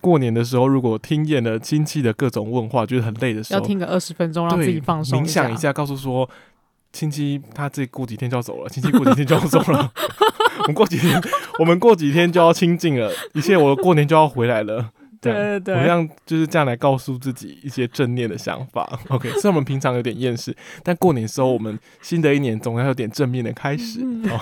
过年的时候，如果听厌了亲戚的各种问话，觉得很累的时要候，听个二十分钟，让对自己放松冥想一下。下，告诉说亲戚他这过几天就要走了，亲戚过几天就要走 了，我们过几天我们过几天就要清静了，一切我过年就要回来了。这样对对对我让就是这样来告诉自己一些正念的想法。OK，虽 然我们平常有点厌世，但过年时候我们新的一年总要有点正面的开始。嗯哦，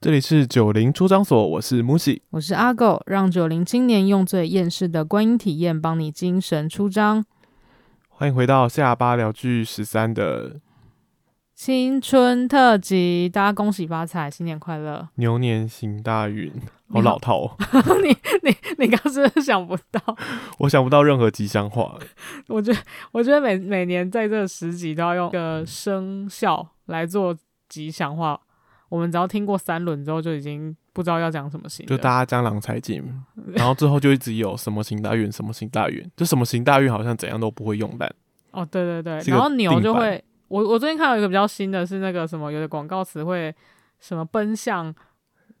这里是九零出张所，我是 Musi。我是阿狗，让九零青年用最厌世的观影体验，帮你精神出张。欢迎回到下巴聊剧十三的青春特辑，大家恭喜发财，新年快乐！ 牛年行大运，你好好老套、哦，你你你刚是不是想不到？我想不到任何吉祥话。我觉得我觉得每每年在这十集都要用一个生肖来做吉祥话。我们只要听过三轮之后，就已经不知道要讲什么新的。就大家江郎才尽，然后之后就一直有什么行大运，什么行大运，就什么行大运好像怎样都不会用烂。哦，对对对，是个然后牛定就番会，我我最近看到一个比较新的是那个什么，有的广告词会什么奔向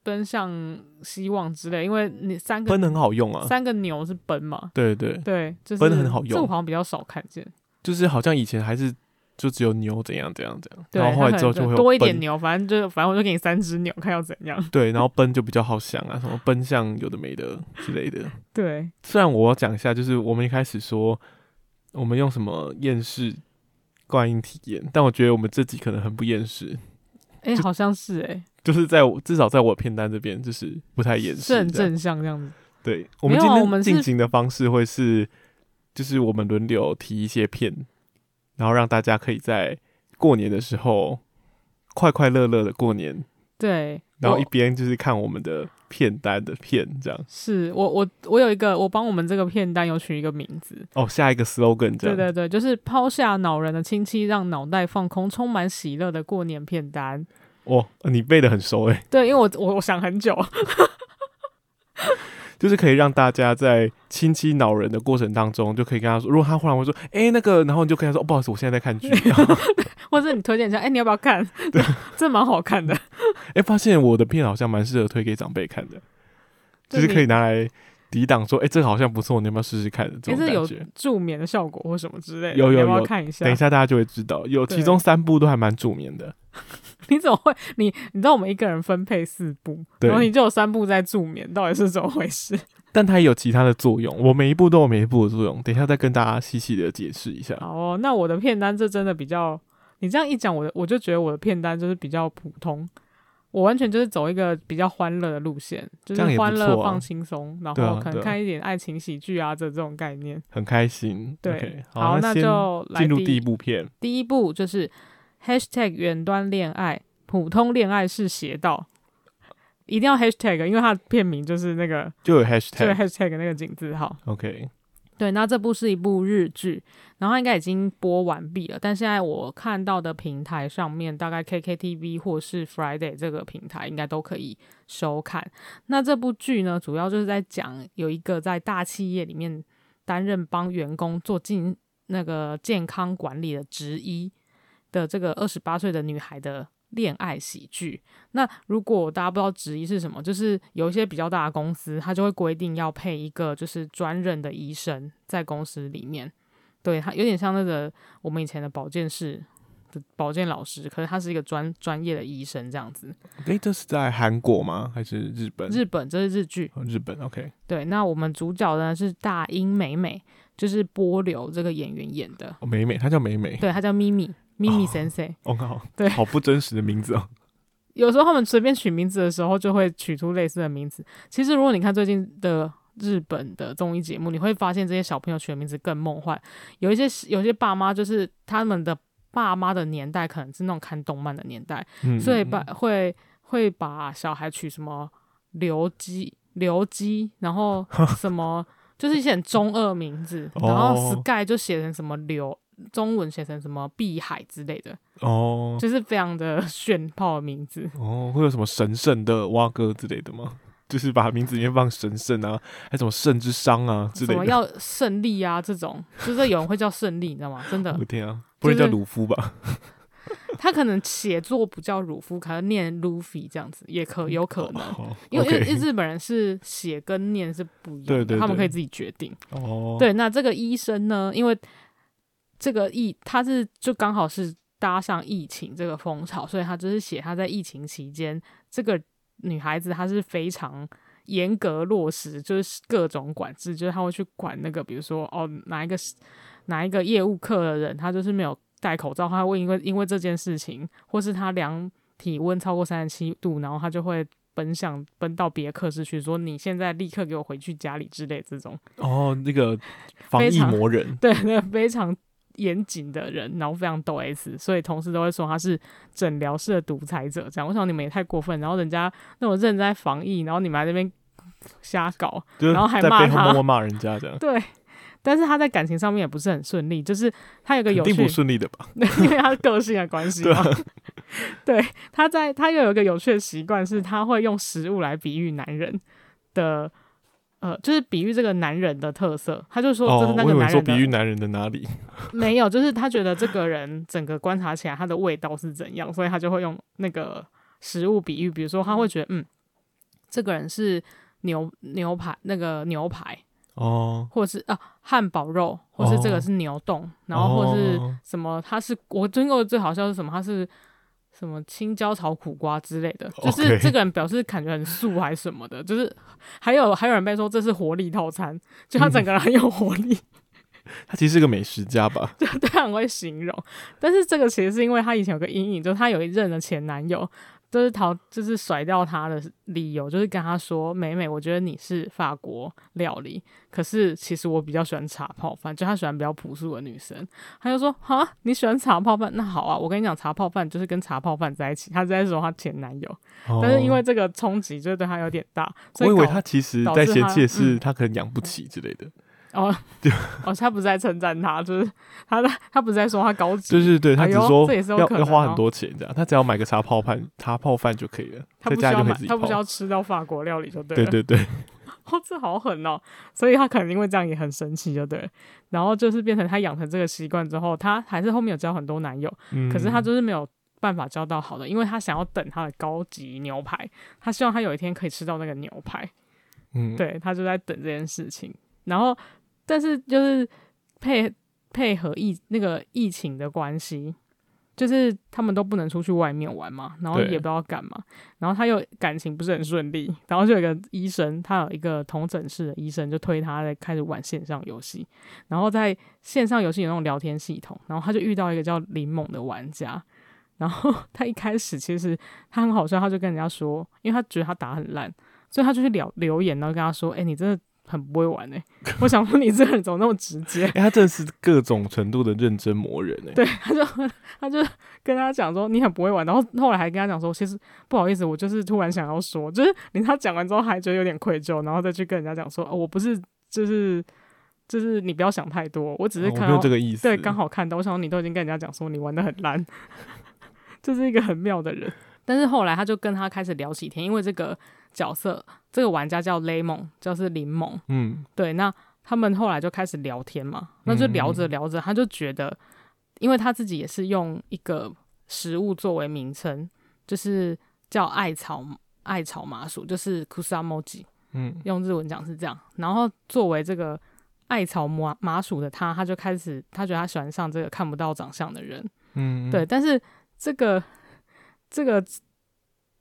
奔向希望之类，因为你三个奔很好用啊，三个牛是奔嘛，对对，对，就是奔很好这我用好像比较少看见，就是好像以前还是就只有牛怎样怎样怎样，对，然后后它来可之后能就会有多一点奔，牛，反正就反正我就给你三只牛，看要怎样，对，然后奔就比较好想啊，什么奔向有的没的之类的。对，虽然我要讲一下，就是我们一开始说我们用什么厌世观音体验，但我觉得我们这集可能很不厌世，哎、就好像是哎、就是在我至少在我片单这边就是不太厌世，是很正向这样子，对，我们没今有啊我们天进是行的方式会是，就是我们轮流提一些片，然后让大家可以在过年的时候快快乐乐的过年，对，然后我一边就是看我们的片单的片这样。是我我我有一个，我帮我们这个片单有取一个名字，哦，下一个 slogan 这对样。对对，就是抛下恼人的亲戚，让脑袋放空，充满喜乐的过年片单。哦，你背的很熟诶、欸对，因为我我我想很久， 就是可以让大家在亲戚恼人的过程当中，就可以跟他说，如果他忽然会说，诶，那个，然后你就跟他说，哦、不好意思，我现在在看剧， 然后或者你推荐一下，哎、你要不 要看？这蛮好看的，诶，发现我的片好像蛮适合推给长辈看的。就对是你可以拿来抵挡说，哎、这个好像不错，你要不要试试看？这种哎这感有觉。助眠的效果或什么之类的，有有你要不要有看一下？等一下大家就会知道，有对其中三部都还蛮助眠的， 你怎么会？你你知道我们一个人分配四部，对然后你就有三部在助眠，到底是怎么回事？但它也有其他的作用。我每一部都有每一部的作用，等一下再跟大家细细的解释一下。好哦，那我的片单这真的比较，你这样一讲，我的我就觉得我的片单就是比较普通，我完全就是走一个比较欢乐的路线，就这样是也不欢乐错啊放轻松，然对啊后可对能啊看一点爱情喜剧啊这这种概念。很开心。对 OK，好，那那先就来进入第第一部片。第一步就是 hashtag 远端恋爱，普通恋爱是邪道。一定要 hashtag，因为它的片名就是那个，就有就是 hashtag。 hashtag 那个井字号。 OK，对，那这部是一部日剧，然后它应该已经播完毕了，但现在我看到的平台上面，大概 KKTV 或是 Friday 这个平台应该都可以收看。那这部剧呢，主要就是在讲有一个在大企业里面担任帮员工做进那个健康管理的职医的这个二十八岁的女孩的。恋爱喜剧。那如果大家不知道职医是什么，就是有一些比较大的公司，它就会规定要配一个就是专任的医生在公司里面。对，它有点像那个我们以前的保健室的保健老师，可是他是一个专专业的医生这样子。哎、这是在韩国吗？还是日本？日本这是日剧，哦日本。OK，对，那我们主角呢是大英美美，就是波流这个演员演的，哦美美，她叫美美。对，她叫咪咪咪咪哦 sensei。哦，好，对好不真实的名字哦。有时候他们随便取名字的时候，就会取出类似的名字。其实如果你看最近的日本的综艺节目，你会发现这些小朋友取的名字更梦幻。有一些有些爸妈就是他们的爸妈的年代，可能是那种看动漫的年代，嗯，所以把会会把小孩取什么刘基、刘基，然后 什么就是一些很中二名字，然后哦 Sky 就写成什么刘，中文写成什么碧海之类的，哦就是非常的 炫炮的名字。哦，会有什么神圣的蛙哥之类的吗？ 就是把名字里面放神圣啊，还什么圣之伤啊之什类么的。要胜利啊这种，就是有人会叫胜利，你知道吗？真 的 我，天啊，不不然就叫是鲁夫吧？他可能写作不叫鲁夫，可能念 Luffy 这样子也可有可 能，哦因为因为因为 OK 日本人是写跟念是不一样对的，对他们对可以自己决定。哦，对，那这个医生呢，因为这个疫，他是就刚好是搭上疫情这个风潮，所以他就是写他在疫情期间，这个女孩子她是非常严格落实，就是各种管制，就是她会去管那个，比如说哦哪一个哪一个业务课的人，他就是没有戴口罩，他会因为因为这件事情，或是他量体温超过三十七度，然后他就会。奔向奔到别的课室去，说你现在立刻给我回去家里之类这种，哦，那个防非疫常魔人，对对，非常严谨的人，然后非常抖 S，所以同事都会说他是诊疗室的独裁者。这样，我想你们也太过分。然后人家那种认真在防疫，然后你们还在那边瞎搞，就是 然后还在骂背后他默默骂人家这样，对。但是他在感情上面也不是很顺利，就是他有个肯 有定趣不，啊顺利的吧？因为他个性的关系嘛。 对，他在他又有一个有趣的习惯，是他会用食物来比喻男人的，呃，就是比喻这个男人的特色。他就说这哦是，那我以个为男说人的比喻男人的哪 里？ 没有，就是他觉得这个人整个观察起来他的味道是怎样，所以他就会用那个食物比喻，比如说他会觉得，嗯，这个人是牛牛排那个牛排，哦，或者是啊汉堡肉，或是这个哦是牛冻，然后或是哦什么，他是我听过最好笑是什么，他是。什么青椒炒苦瓜之类的，就是哦 OK 这个人表示感觉很素还是什么的，就是还有还有人被说这是活力套餐，就嗯他整个人很有活力，他其实是个美食家 吧？对，他很会形容。但是这个其实是因为他以前有个阴影，就是他有一任的前男友，就是逃，就是甩掉他的理由，就是跟他说：“美美，我觉得你是法国料理，可是其实我比较喜欢茶泡饭，就他喜欢比较朴素的女生。”他就说：“哈，你喜欢茶泡饭？那好啊，我跟你讲，茶泡饭就是跟茶泡饭在一起。”他是在说他前男友，但是因为哦这个冲击，就对他有点大，所我以以为搞他其实导在致嫌他弃的是嗯他可能养不起之类的，哦， 哦，他不是在称赞他，就是他在他不是在说他高级，就是对他哎只呦说这也是有要可要能花哦很多钱这样，他只要买个茶泡饭茶泡饭就可以了，他在不需家要就可买以自，己他不需泡。要吃到法国料理就对对了。对对，哦，这好狠哦！所以他可能因为这样也很生气，就对了。然后就是变成他养成这个习惯之后，他还是后面有交很多男友，嗯可是他就是没有办法交到好的，因为他想要等他的高级牛排，他希望他有一天可以吃到那个牛排。嗯，对他就在等这件事情。然后，但是就是配配合疫那个疫情的关系，就是他们都不能出去外面玩嘛，然后对也不知道干嘛，然后他又感情不是很顺利，然后就有一个医生，他有一个同诊室的医生就推他在开始玩线上游戏，然后在线上游戏有那种聊天系统，然后他就遇到一个叫林猛的玩家。然后他一开始其实他很好笑，他就跟人家说，因为他觉得他打很烂，所以他就去聊留言，然后跟他说：“哎、你真的很不会玩哎、我想说你这个人怎么那么直接？哎、他真的是各种程度的认真磨人哎、对，他就他就跟他讲说你很不会玩，然后后来还跟他讲说，其实不好意思，我就是突然想要说，就是你他讲完之后还觉得有点愧疚，然后再去跟人家讲说，哦，我不是就是就是你不要想太多，我只是哦我看没到、有这个意思。对刚好看到，我想说你都已经跟人家讲说你玩的很烂， 就是一个很妙的人。但是后来他就跟他开始聊起天，因为这个角色这个玩家叫雷蒙，就是林蒙，嗯，对，那他们后来就开始聊天嘛，那就聊着聊着，他就觉得，因为他自己也是用一个食物作为名称，就是叫艾草艾草麻薯，就是 kusamoji，嗯用日文讲是这样。然后作为这个艾草麻麻薯的他，他就开始他觉得他喜欢上这个看不到长相的人，嗯，对，但是这个这个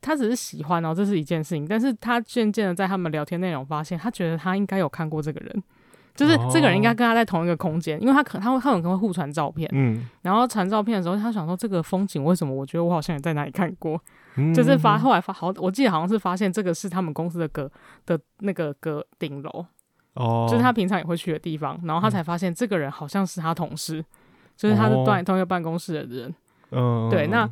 他只是喜欢哦，这是一件事情，但是他渐渐的在他们聊天内容发现，他觉得他应该有看过这个人，就是这个人应该哦跟他在同一个空间，因为他可他会他有可能会互传照片，嗯，然后传照片的时候，他想说这个风景为什么我觉得我好像也在哪里看过，嗯，就是发嗯后来发好，我记得好像是发现这个是他们公司的阁的那个阁顶楼，哦，嗯就是他平常也会去的地方，然后他才发现这个人好像是他同事，就是他是哦段同一个办公室的人。嗯，对那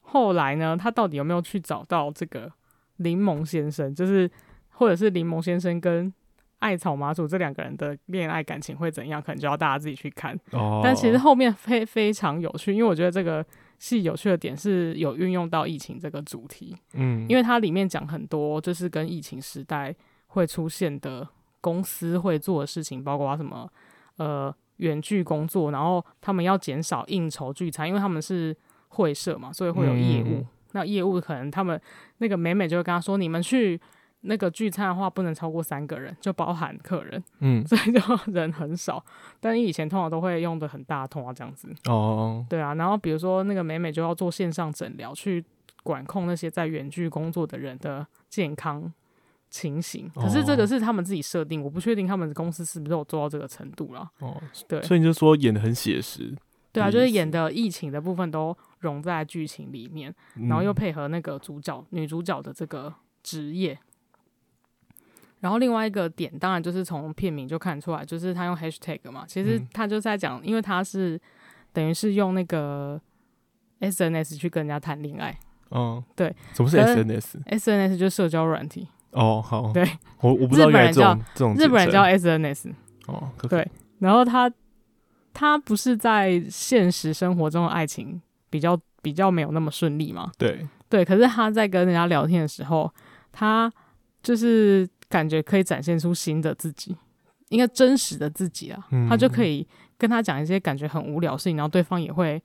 后来呢，他到底有没有去找到这个柠檬先生？就是或者是柠檬先生跟艾草麻薯这两个人的恋爱感情会怎样？可能就要大家自己去看。哦，但其实后面非非常有趣，因为我觉得这个戏有趣的点是有运用到疫情这个主题，嗯，因为它里面讲很多就是跟疫情时代会出现的公司会做的事情，包括什么呃远距工作，然后他们要减少应酬聚餐，因为他们是会社嘛，所以会有业务。嗯嗯嗯那业务可能他们那个美美就会跟他说，你们去那个聚餐的话，不能超过三个人，就包含客人， 嗯，所以就人很少。但是以前通常都会用的很大通啊，这样子。哦，对啊，然后比如说那个美美就要做线上诊疗，去管控那些在远距工作的人的健康情形。可是这个哦是他们自己设定，我不确定他们公司是不是有做到这个程度啦。哦，对所以你就说演的很写实，对啊，意就是思演的疫情的部分都融在剧情里面，嗯然后又配合那个主角、女主角的这个职业。然后另外一个点，当然就是从片名就看出来，就是他用 hashtag 嘛，其实嗯他就是在讲，因为他是等于是用那个 SNS 去跟人家谈恋爱嗯，对，什么是可是 SNS？ ，SNS 就是社交软体，哦，好，对，我我不知道日原本来人这种这种日本人简叫称 SNS，哦，可对然后他他不是在现实生活中的爱情比较比较没有那么顺利嘛，对，对，可是他在跟人家聊天的时候，他就是感觉可以展现出新的自己，应该真实的自己啊。嗯他就可以跟他讲一些感觉很无聊的事情，然后对方也会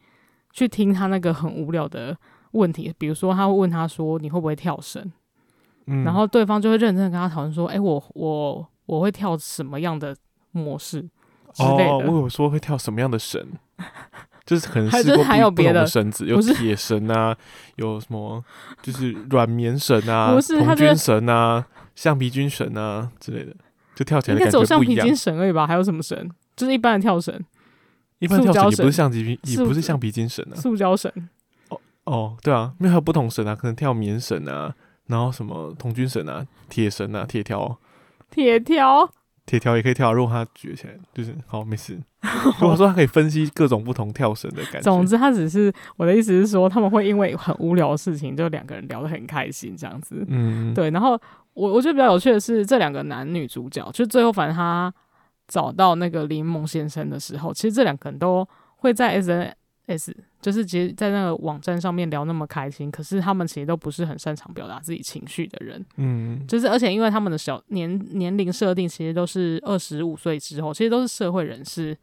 去听他那个很无聊的问题，比如说他会问他说你会不会跳绳，嗯，然后对方就会认真的跟他讨论说，哎、我我我会跳什么样的模式之类哦，的。我有说会跳什么样的绳， 就是可能还试就是过还不有不别同的的绳子，有不是铁绳啊，有什么就是软棉绳啊， 不是童他这军个绳啊，橡皮筋绳啊之类的，就跳起来应的感该只有觉橡不一皮样筋。绳而已吧，还有什么绳？就是一般的跳绳、一般塑跳绳胶也不是绳橡皮筋，也塑不是橡皮筋绳啊。塑胶绳。哦，对啊，因为还有不同绳啊，可能跳棉绳啊，然后什么童军绳啊、铁绳啊、铁条，铁条，铁条也可以跳啊。如果他举起来，就是好没事。如果说他可以分析各种不同跳绳的感觉， 总之，他只是我的意思是说，他们会因为很无聊的事情，就两个人聊得很开心这样子。嗯，对，然后我我觉得比较有趣的是，这两个男女主角，就最后反正他找到那个林梦先生的时候，其实这两个人都会在 SNS，就是其实在那个网站上面聊那么开心，可是他们其实都不是很擅长表达自己情绪的人。嗯，就是而且因为他们的小年年龄设定其实都是二十五岁之后，其实都是社会人士，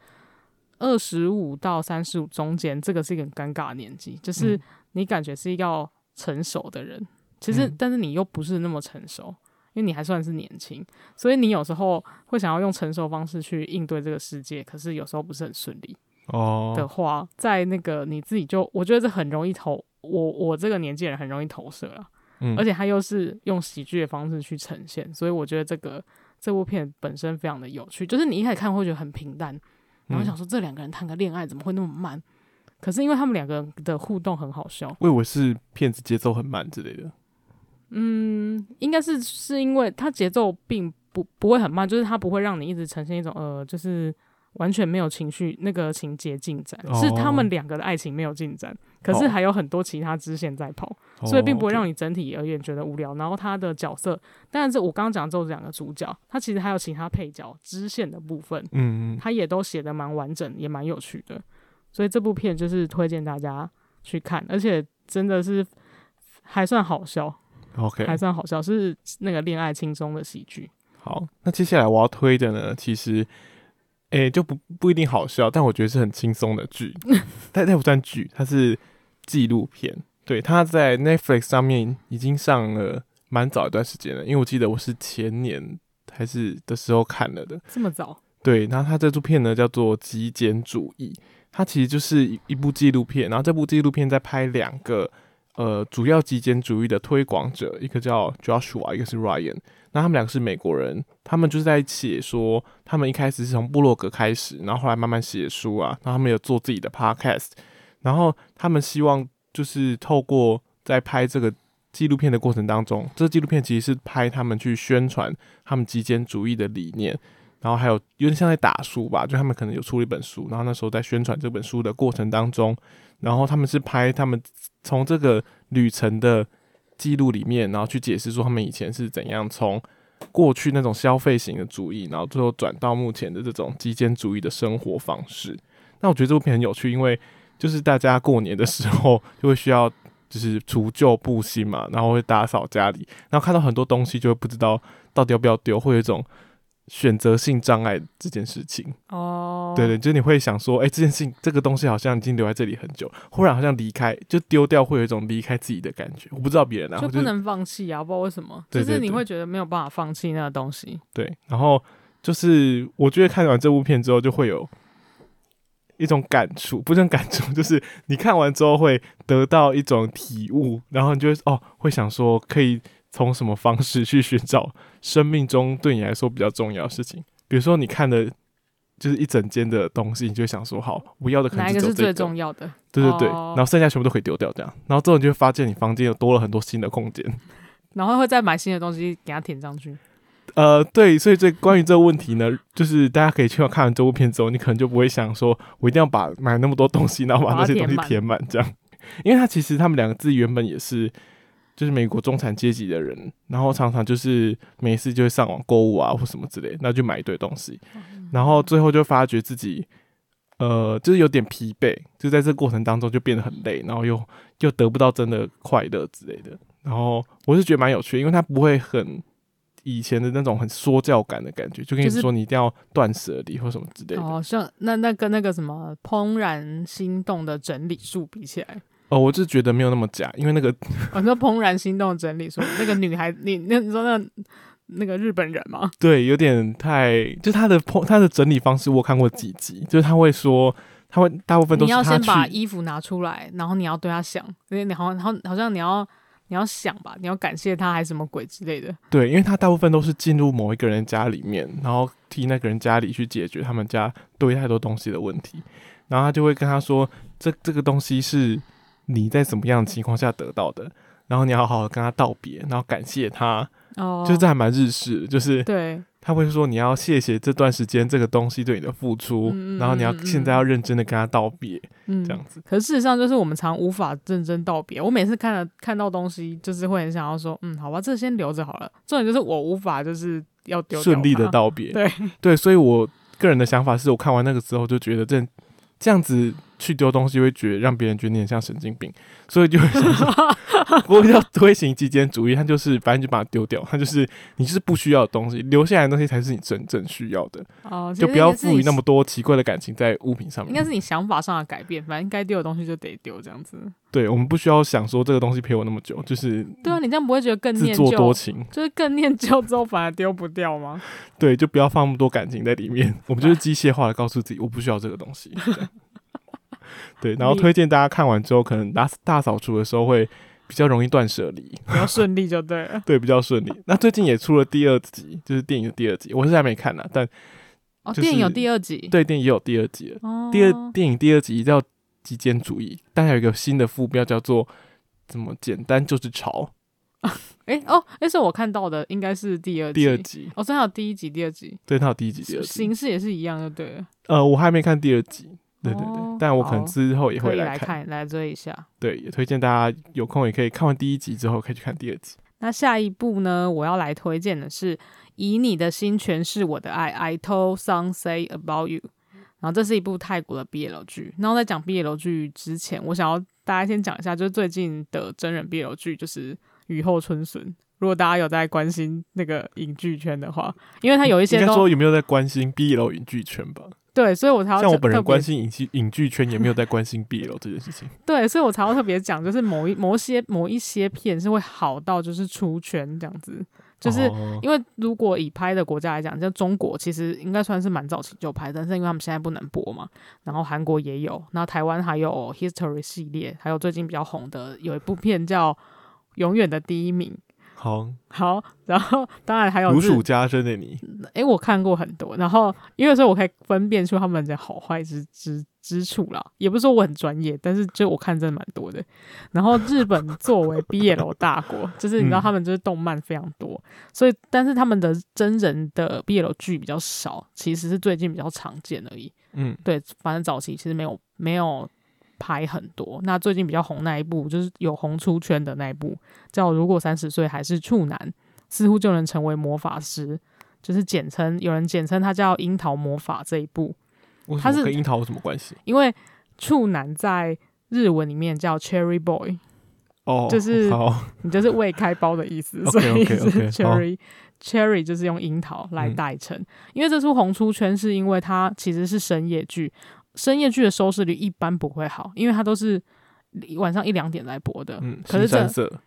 二十五到三十五中间，这个是一个很尴尬的年纪，就是嗯你感觉是要成熟的人，其实、嗯但是你又不是那么成熟。因为你还算是年轻，所以你有时候会想要用成熟方式去应对这个世界，可是有时候不是很顺利哦，的话，在那个你自己就，我觉得这很容易投我我这个年纪的人很容易投射啊了。嗯而且它又是用喜剧的方式去呈现，所以我觉得这个这部片本身非常的有趣。就是你一开始看会觉得很平淡，然后想嗯、说这两个人谈个恋爱怎么会那么慢？可是因为他们两个人的互动很好笑，我以为是骗子节奏很慢之类的。嗯，应该是是因为它节奏并不不会很慢，就是它不会让你一直呈现一种呃，就是完全没有情绪那个情节进展，是他哦们两个的爱情没有进展，可是哦还有很多其他支线在跑。所以并不会让你你整体而言觉得无聊。然后他的角色，当然是我刚刚讲的这两个主角，他其实还有其他配角支线的部分，嗯嗯他也都写的蛮完整，也蛮有趣的。所以这部片就是推荐大家去看，而且真的是还算好笑，嗯 OK 还算好笑，是那个恋爱轻松的喜剧。好。那接下来我要推的呢，其实诶、就不不一定好笑，但我觉得是很轻松的 剧，但它不算剧，它是纪录片。对，它在 Netflix 上面已经上了蛮早一段时间了，因为我记得我是前年还是的时候看了的。这么早？对，然后他这部片呢叫做《极简主义》，它其实就是一一部纪录片，然后这部纪录片在拍两个呃主要极简主义的推广者，一个叫 Joshua，一个是 Ryan，那他们两个是美国人，他们就是在写说他们一开始是从部落格开始，然后后来慢慢写书啊，然后他们有做自己的 podcast，然后他们希望就是透过在拍这个。纪录片的过程当中，这纪录片其实是拍他们去宣传他们极简主义的理念，然后还有有点像在打书吧，就他们可能有出了一本书，然后那时候在宣传这本书的过程当中，然后他们是拍他们从这个旅程的记录里面，然后去解释说他们以前是怎样从过去那种消费型的主义，然后最后转到目前的这种极简主义的生活方式。那我觉得这部片很有趣，因为就是大家过年的时候就会需要。就是除旧布新嘛，然后会打扫家里，然后看到很多东西就会不知道到底要不要丢，会有一种选择性障碍这件事情。哦，对对，就是你会想说，哎、这件事情这个东西好像已经留在这里很久，忽然好像离开就丢掉，会有一种离开自己的感觉。我不知道别人啊，就我就是不能放弃啊！不知道为什么，对就是对你对会觉得没有办法放弃那个东西。对，然后就是我觉得看完这部片之后，就会有一种感触，不是感触， 就是你看完之后会得到一种体悟，然后你就会哦，会想说可以从什么方式去寻找生命中对你来说比较重要的事情，比如说你看的。就是一整间的东西，你就会想说好，我要的可能哪一就个走是这最个，重要的？对对对，哦然后剩下全部都可以丢掉，这样，然后之后你就会发现你房间有多了很多新的空间，然后会再买新的东西给它填上去。呃，对，所以这关于这个问题呢，就是大家可以去看完这部片之后，你可能就不会想说，我一定要把买那么多东西，然后把把它那些东西填满填满这样，因为他其实他们两个自己原本也是就是美国中产阶级的人，然后常常就是没事就会上网购物啊或什么之类，那就买一堆东西，然后最后就发觉自己。呃，就是有点疲惫，就在这过程当中就变得很累，然后又又得不到真的快乐之类的。然后我是觉得蛮有趣的，因为它不会很以前的那种很说教感的感觉，就跟你就是说你一定要断舍离或什么之类的。哦哦，像那那跟那个什么《怦然心动》的整理术比起来，哦我就觉得没有那么假，因为那个我说《怦然心动》整理术，那个女孩，你那你说那那个日本人吗？对有点太，就他的碰他的整理方式，我看过几集，就是他会说，他会大部分都你是要他先把去，衣服拿出来，然后你要对她想，你你好像好像好像你要你要想吧，你要感谢她还是什么鬼之类的。对，因为他大部分都是进入某一个人家里面，然后替那个人家里去解决他们家堆太多东西的问题，然后他就会跟他说，这这个东西是你在怎么样的情况下得到的，然后你要好好跟他道别，然后感谢他，哦，就这还蛮日式的，就是对，他会说你要谢谢这段时间这个东西对你的付出，嗯嗯然后你要嗯嗯现在要认真的跟他道别，嗯，这样子。可是事实上，就是我们常无法认真道别。我每次看了看到东西，就是会很想要说，嗯，好吧，这先留着好了。重点就是我无法就是要丢掉顺利的它，道别，对对，所以我个人的想法是我看完那个之后就觉得这这样子去丢东西会觉得让别人觉得你很像神经病，所以就会想说， 我要推行极简主义，他就是反正就把它丢掉，他就是你就是不需要的东西，留下来的东西才是你真正需要的，哦，其就实不要应该是赋予你那么多奇怪的感情在物品上应该面。是你想法上的改变，反正该丢的东西就得丢，这样子。对，我们不需要想说这个东西陪我那么久，就是对啊，你这样不会觉得更自念作多旧，情。 就是更念旧之后反而丢不 掉吗？对，就不要放那么多感情在里面。我们就是机械化的告诉自己，我不需要这个东西。这样 对，然后推荐大家看完之后，可能大大扫除的时候会比较容易断舍离，比较顺利就对了。对，比较顺利。那最近也出了第二集，就是电影的第二集，我是还没看呢，但哦，就是电影有第二集，，对电影也有第二集了。哦，第二电影第二集叫《极简主义》，但还有一个新的副标叫做“怎么简单就是潮哎哦，那是我看到的，应该是第二”。集。第二集，哦，真的有第一集、第二集，对，它有第一集、第二集。形式也是一样，就对了。呃，我还没看第二集，对对对，哦但我可能好之后也可会以来来看。看，来追一下。对，也推荐大家有空也可以看完第一集之后，可以去看第二集。那下一部呢，我要来推荐的是《以你的心诠释我的爱》，I told some say about you。然后这是一部泰国的 BL 剧。然后在讲 BL 剧之前，我想要大家先讲一下，就是最近的真人 BL 剧就是《雨后春笋》。如果大家有在关心那个影剧圈的话，因为它有一应些该都说有没有在关心 BL 影剧圈吧？对，所以我才要像我特本人特别关心影剧影剧圈，也没有在关心 BL 这件事情。对，所以我才要特别讲，就是某一某一些某一些片是会好到就是出圈这样子， 就是哦因为如果以拍的国家来讲，像中国其实应该算是蛮早期就拍，但是因为他们现在不能播嘛，然后韩国也有，然后台湾还有 History 系列，还有最近比较红的有一部片叫《永远的第一名》。好好，然后当然还有如日数家珍的你，诶，我看过很多，然后因为所以我可以分辨出他们的好坏之之之处啦。也不是说我很专业，但是就我看真的蛮多的。然后日本作为 BL 大国，就是你知道嗯他们就是动漫非常多，所以但是他们的真人的 BL 剧比较少，其实是最近比较常见而已。嗯，对，反正早期其实没有没有拍很多。那最近比较红那一部，就是有红出圈的那一部，叫《如果三十岁还是处男，似乎就能成为魔法师》，就是简称有人简称它叫《樱桃魔法》这一部，为什它么是跟樱桃有什么关系？因为处男在日文里面叫 Cherry Boy，哦，就是 好，你就是未开包的意思，所 OK，OK，OK，以是好嗯 Cherry Cherry 就是用樱桃来代称，因为这出红出圈是因为它其实是深夜剧，深夜剧的收视率一般不会好，因为它都是晚上一两点来播的。嗯，可是新这三色，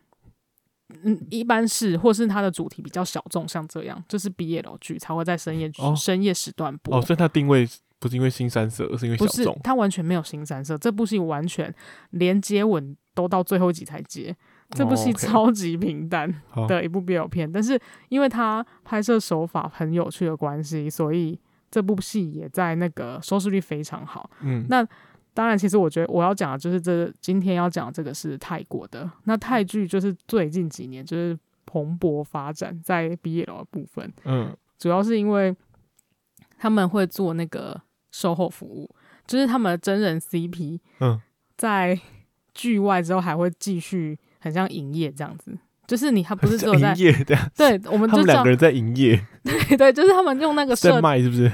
嗯，一般是或是它的主题比较小众，像这样就是毕业老剧才会在深夜剧、哦深夜时段播。哦，所以它定位不是因为新三色，而是因为小不是众，。它完全没有新三色，这部戏完全连接吻都到最后一集才接，这部哦戏，OK 超级平淡好的一部 BL 片。但是因为它拍摄手法很有趣的关系，所以这部戏也在那个收视率非常好。嗯，那当然，其实我觉得我要讲的就是这今天要讲的这个是泰国的，那泰剧就是最近几年就是蓬勃发展在 BL 的部分。嗯主要是因为他们会做那个售后服务，就是他们的真人 CP 嗯，在剧外之后还会继续很像营业这样子，就是你 他不是只有在营业的，对，我们他就们这两样个人在营业，对 对，就是他们用那个设在卖是不是？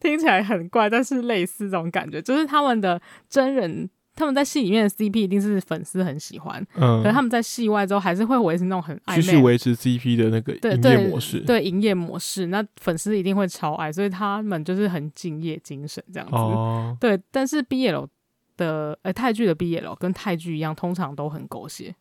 听起来很怪，但是类似这种感觉，就是他们的真人。他们在戏里面的 CP 一定是粉丝很喜欢，可是嗯，他们在戏外之后还是会维持那种很暧继续昧维持 CP 的那个对营对业模式。对营业模式，那粉丝一定会超爱，所以他们就是很敬业精神这样子。哦，对，但是 BL 的呃泰剧的 BL 跟泰剧一样，通常都很狗血，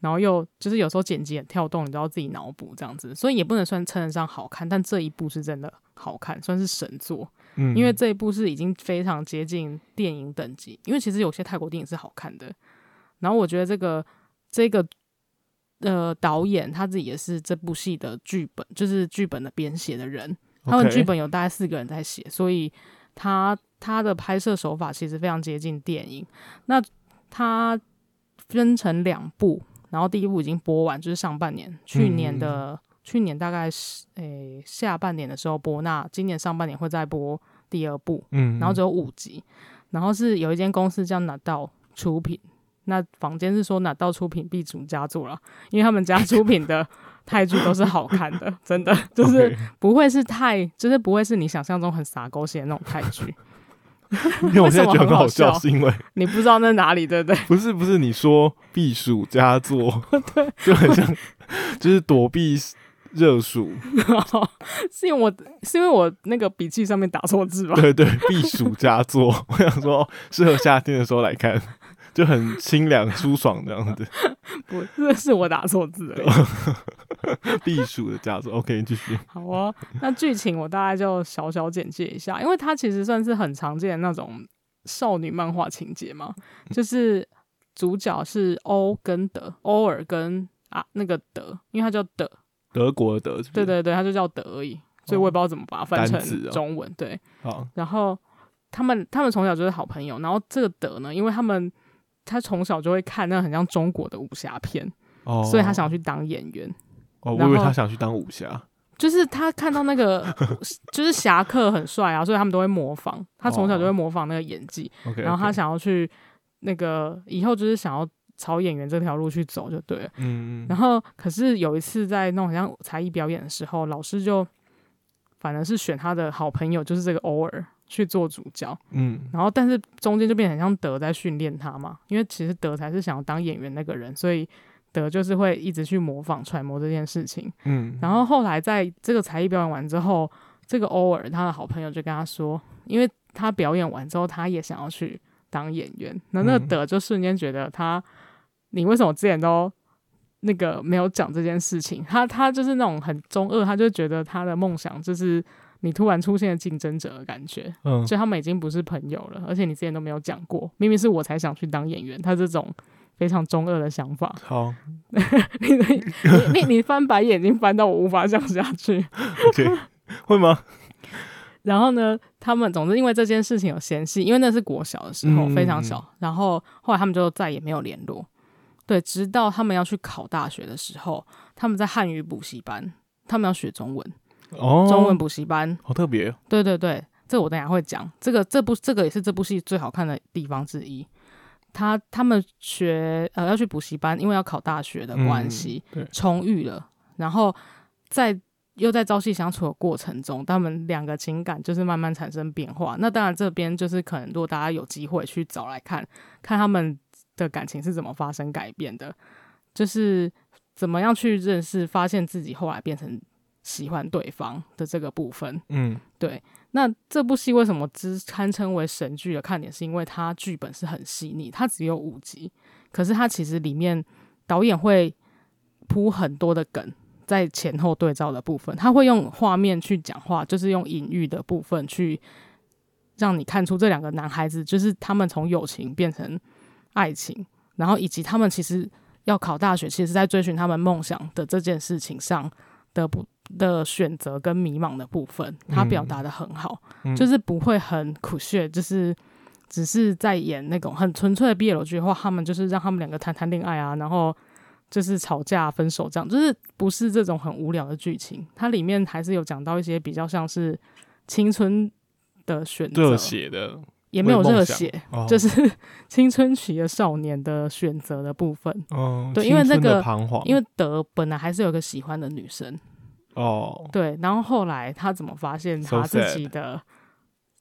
然后又就是有时候剪辑很跳动，你都要自己脑补这样子，所以也不能算称得上好看，但这一部是真的好看，算是神作，嗯，因为这一部是已经非常接近电影等级，因为其实有些泰国电影是好看的，然后我觉得这个这个。呃，导演他自己也是这部戏的剧本，就是剧本的编写的人，他们 OK 剧本有大概四个人在写，所以他他的拍摄手法其实非常接近电影。那他分成两部，然后第一部已经播完，就是上半年，去年的、去年大概是诶、下半年的时候播，那今年上半年会再播第二部，嗯，然后只有五集，然后是有一间公司叫拿到出品。那坊间是说拿到出品必主佳作了，因为他们家出品的 泰剧都是好看 的，真的就是 OK 不会是太，就是不会是你想象中很洒狗血的那种泰剧。 因为我现在觉为什么得很很好好笑，笑是 因为你不知道那哪里，对 不对？不是不是你说避暑佳 作，就很像 就是躲避热 暑，是因为我是因为我那个笔记上面打错字吧？对对，避暑佳作。 我想说，哦适合夏天的时候来看，就很清凉舒爽这样 子。不，这是我打错字了。避暑的佳作，OK，继续。好哦，那剧情我大概就小小简介一下，因为它其实算是很常见的那种少女漫画情节嘛，嗯就是主角是欧跟德，欧尔跟啊那个德，因为他叫德，德国的德，是不对是，对对，他就叫德而已，所以我也不知道怎么把它翻单字成哦中文。对，好，然后他们他们从小就是好朋友，然后这个德呢，因为他们他从小就会看那很像中国的武侠片，哦，所以他想去当演员。哦，我然以为后他想去当武侠，就是他看到那个 就是侠客很帅啊，所以他们都会模仿。他从小就会模仿那个演技， OK，然后他 OK，想要去那个以后就是想要朝演员这条路去走就对了。嗯，然后可是有一次在那种好像才艺表演的时候，老师就反而是选他的好朋友，就是这个偶尔去做主角。嗯然后但是中间就变得很像德在训练他嘛，因为其实德才是想要当演员那个人，所以德就是会一直去模仿揣摩这件事情。嗯，然后后来在这个才艺表演完之后，这个欧尔他的好朋友就跟他说，因为他表演完之后，他也想要去当演员。那那个嗯德就瞬间觉得他，你为什么之前都那个没有讲这件事情？他他就是那种很中二，他就觉得他的梦想就是你突然出现了竞争者的感觉。嗯，所以他们已经不是朋友了，而且你之前都没有讲过，明明是我才想去当演员，他这种非常中二的想法， 好你你你你翻白眼已经翻到我无法讲下去。 ，OK，会吗？然后呢，他们总之因为这件事情有嫌隙，因为那是国小的时候，嗯非常小。然后后来他们就再也没有联络。对，直到他们要去考大学的时候，他们在汉语补习班，他们要学中文，哦，中文补习班，好特别，对对对，这我等一下会讲。这个这部这个也是这部戏最好看的地方之一。他他们学呃要去补习班，因为要考大学的关系，嗯对重遇了，然后在又在朝夕相处的过程中，他们两个情感就是慢慢产生变化。那当然这边就是可能如果大家有机会去找来看，看他们的感情是怎么发生改变的，就是怎么样去认识，发现自己后来变成喜欢对方的这个部分。嗯那这部戏为什么之堪称为神剧的看点，是因为它剧本是很细腻，它只有五集，可是它其实里面导演会铺很多的梗，在前后对照的部分，他会用画面去讲话，就是用隐喻的部分去让你看出这两个男孩子，就是他们从友情变成爱情，然后以及他们其实要考大学，其实是在追寻他们梦想的这件事情上的不的选择跟迷茫的部分，他表达的很好，嗯就是不会很苦血，就是。只是在演那种很纯粹的 BL 剧的话，他们就是让他们两个谈谈恋爱啊，然后就是吵架、分手这样，就是不是这种很无聊的剧情。它里面还是有讲到一些比较像是青春的选择，热血的，也没有为热梦想血，哦就是 青春期的少年的选择的部分。嗯，对因为青春那个的彷徨，因为德本来还是有个喜欢的女生，哦，对，然后后来他怎么发现 So 他自己的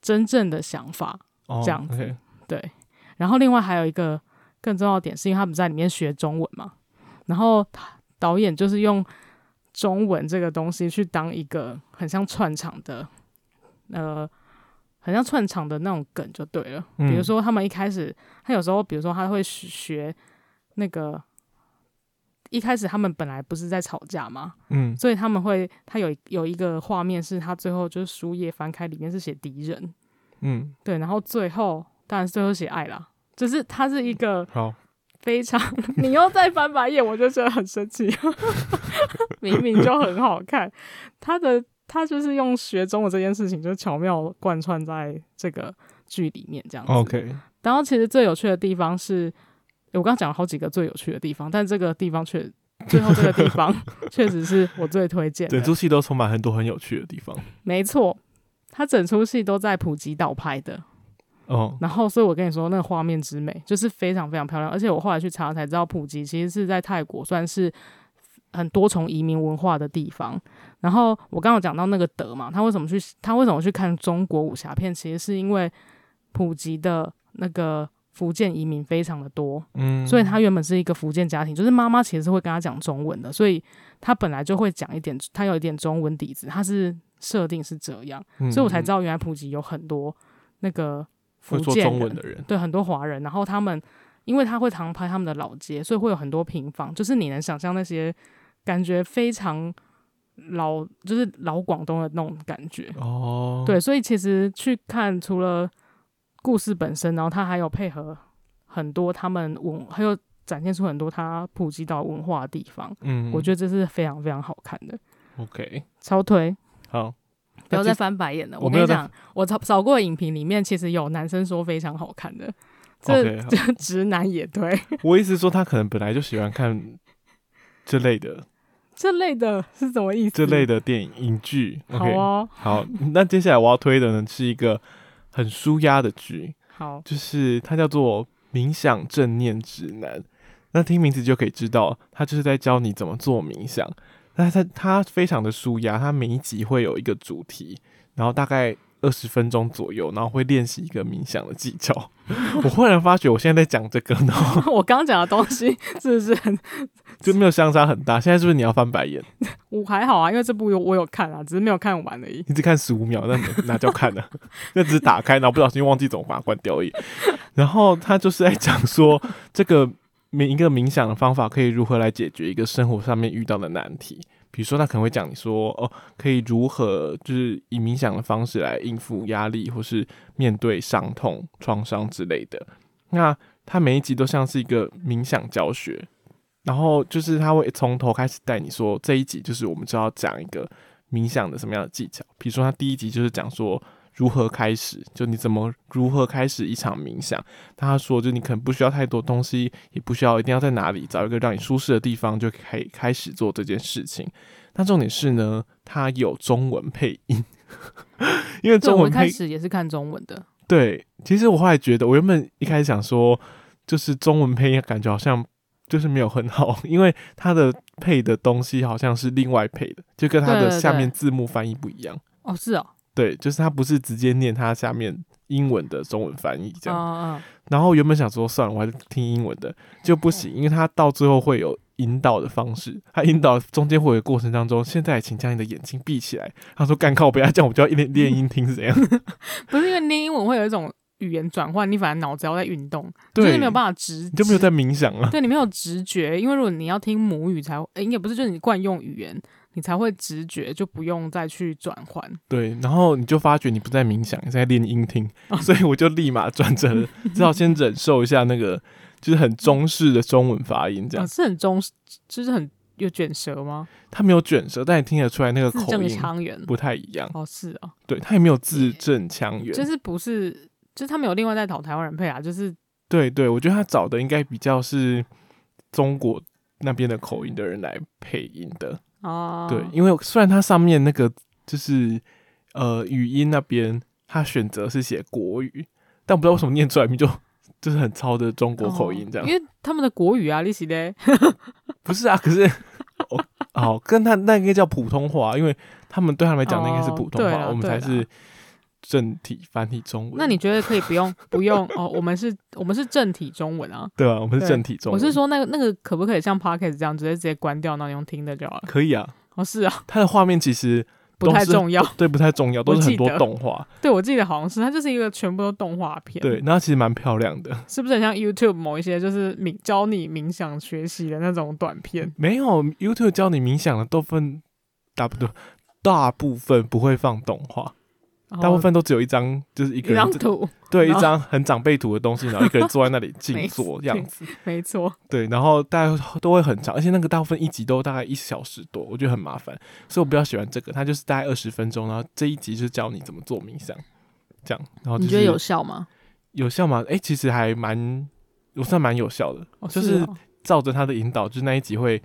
真正的想法？哦这样子 OK，对，然后另外还有一个更重要的点，是因为他们在里面学中文嘛，然后他导演就是用中文这个东西去当一个很像串场的，呃，很像串场的那种梗就对了。嗯比如说他们一开始，他有时候比如说他会学学那个。一开始他们本来不是在吵架嘛，嗯，所以他们会，他有有一个画面是他最后就是书页翻开，里面是写敌人，嗯，对，然后最后当然是最后写爱啦，就是它是一个好，非常， 你又在翻白眼，我就觉得很生气， 明明就很好看，它的它就是用学中文这件事情，就是巧妙贯穿在这个剧里面这样子。 OK，然后其实最有趣的地方是，我刚刚讲了好几个最有趣的地方，但这个地方却。最后这个地方确实是我最推荐的整，出戏都充满很多很有趣的地方。没错，它整出戏都在普吉岛拍的，哦，然后，所以我跟你说，那个画面之美就是非常非常漂亮。而且我后来去查才知道，普吉其实是在泰国算是很多重移民文化的地方。然后我刚刚有讲到那个德嘛，他为什么去他为什么去看中国武侠片？其实是因为普吉的那个福建移民非常的多，嗯，所以他原本是一个福建家庭，就是妈妈其实是会跟他讲中文的，所以他本来就会讲一点，他有一点中文底子，他是设定是这样，嗯，所以我才知道原来普吉有很多那个福会说建中人文的人，对，很多华人，然后他们因为他会常拍他们的老街，所以会有很多平房，就是你能想象那些感觉非常老，就是老广东的那种感觉。哦，对，所以其实去看除了故事本身，然后他还有配合很多他们文，还有展现出很多他普及到文化的地方，嗯，我觉得这是非常非常好看的，得 OK，超推。好，不要再那翻白眼了。我我没跟有你在讲，我找找过的影评里面，其实有男生说非常好看的，这 OK，好 这直男也对就我意思是说，他可能本来就喜欢看这类的这类的是什么意思？这类的电影影剧。嗯好 OK，哦，好，那接下来我要推的呢是一个很舒压的剧，好， 就是它叫做《冥想正念指南》。那听名字就可以知道，它就是在教你怎么做冥想。那它它非常的舒压，它每一集会有一个主题，然后大概二十分钟左右，然后会练习一个冥想的技巧。 我忽然发觉，我现在在讲这个，然后 我刚讲的东西 是不是很？就没有相差很大。现在是不是你要翻白眼？我还好啊，因为这部有我有看啊，只是没有看完而已。你只看十五秒，那哪哪叫看呢、 那只是打开，然后不小心忘记怎么把它关掉而已。然后他就是在讲说，这个每一个冥想的方法可以如何来解决一个生活上面遇到的难题。比如说，他可能会讲你说，哦，可以如何就是以冥想的方式来应付压力，或是面对伤痛、创伤之类的。那他每一集都像是一个冥想教学，然后就是他会从头开始带你说，这一集就是我们就要讲一个冥想的什么样的技巧。比如说，他第一集就是讲说如何开始，就你怎么如何开始一场冥想。那他说，就你可能不需要太多东西，也不需要一定要在哪里找一个让你舒适的地方就可以开始做这件事情。那重点是呢，它有中文配音， 因为对，中我一文配开始也是看中文的，对，其实我后来觉得，我原本一开始想说，就是中文配音感觉好像就是没有很好， 因为它的配的东西好像是另外配的，就跟它对的对下对面字幕翻译不一样。哦，是哦，对，就是它不是直接念它下面英文的中文翻译这嗯样。嗯，嗯嗯然后原本想说算了，我还是听英文的，就不行，因为它到最后会有引导的方式，他引导中间会有一个过程当中，现在请将你的眼睛闭起来。他说干靠不要这样，我们就要 练练音听是怎样？不是因为念英文会有一种语言转换，你反而脑子要在运动，就对，是没有你办法直，就没有在冥想了。 对你没有直觉，因为如果你要听母语才，呃应该不是就是你惯用语言，你才会直觉，就不用再去转换。对，然后你就发觉你不在冥想，你在练音听，哦所以我就立马转成 了，只好先忍受一下那个就是很中式的中文发音这啊，样。是很中，就是很有卷舌吗？他没有卷舌，但你听得出来那个字口正音腔圆。不太一样。哦，是哦，对他也没有字正腔圆，就是不是，就是他们有另外在讨台湾人配啊，就是对对，我觉得他找的应该比较是中国那边的口音的人来配音的。啊，对，因为虽然它上面那个就是呃语音那边，它选择是写国语，但我不知道为什么念出来明明就就是很糙的中国口音这样。哦因为他们的国语啊，利息嘞，不是啊，可是哦，好跟他那应该叫普通话，因为他们对他们来讲那应该是哦普通对话，啦我们对才啦是正体繁体中文。那你觉得可以不用不用哦？我们是，我们是正体中文啊。对啊，我们是对正体中我文。是说，那个那个可不可以像 podcast 这样直接直接关掉，那你用听的就好了？可以啊，哦，是啊，它的画面其实不太重要。对不太重要，都我是很记多得动画，对，我记得好像是，它就是一个全部都动画片。对，，然后其实蛮漂亮的。是不是很像 YouTube 某一些就是冥教你冥想学习的那种短片？没有 YouTube 教你冥想的都分大部分大部分不会放动画，大部分都只有一张，就是一哦一个人张在图，对一然后张很长辈图的东西，然后一个人坐在 那里静没坐这样子。 没错。对，然后大家都会很长，而且那个大部分一集都大概一小时多，我觉得很麻烦，所以我比较喜欢这个，它就是大概二十分钟，然后这一集就是教你怎么做冥想，这样。然哦后、就是、你觉得有效吗？有效吗？哎、其实还蛮，我算蛮有效的，哦、就是是哦照着他的引导，就是那一集会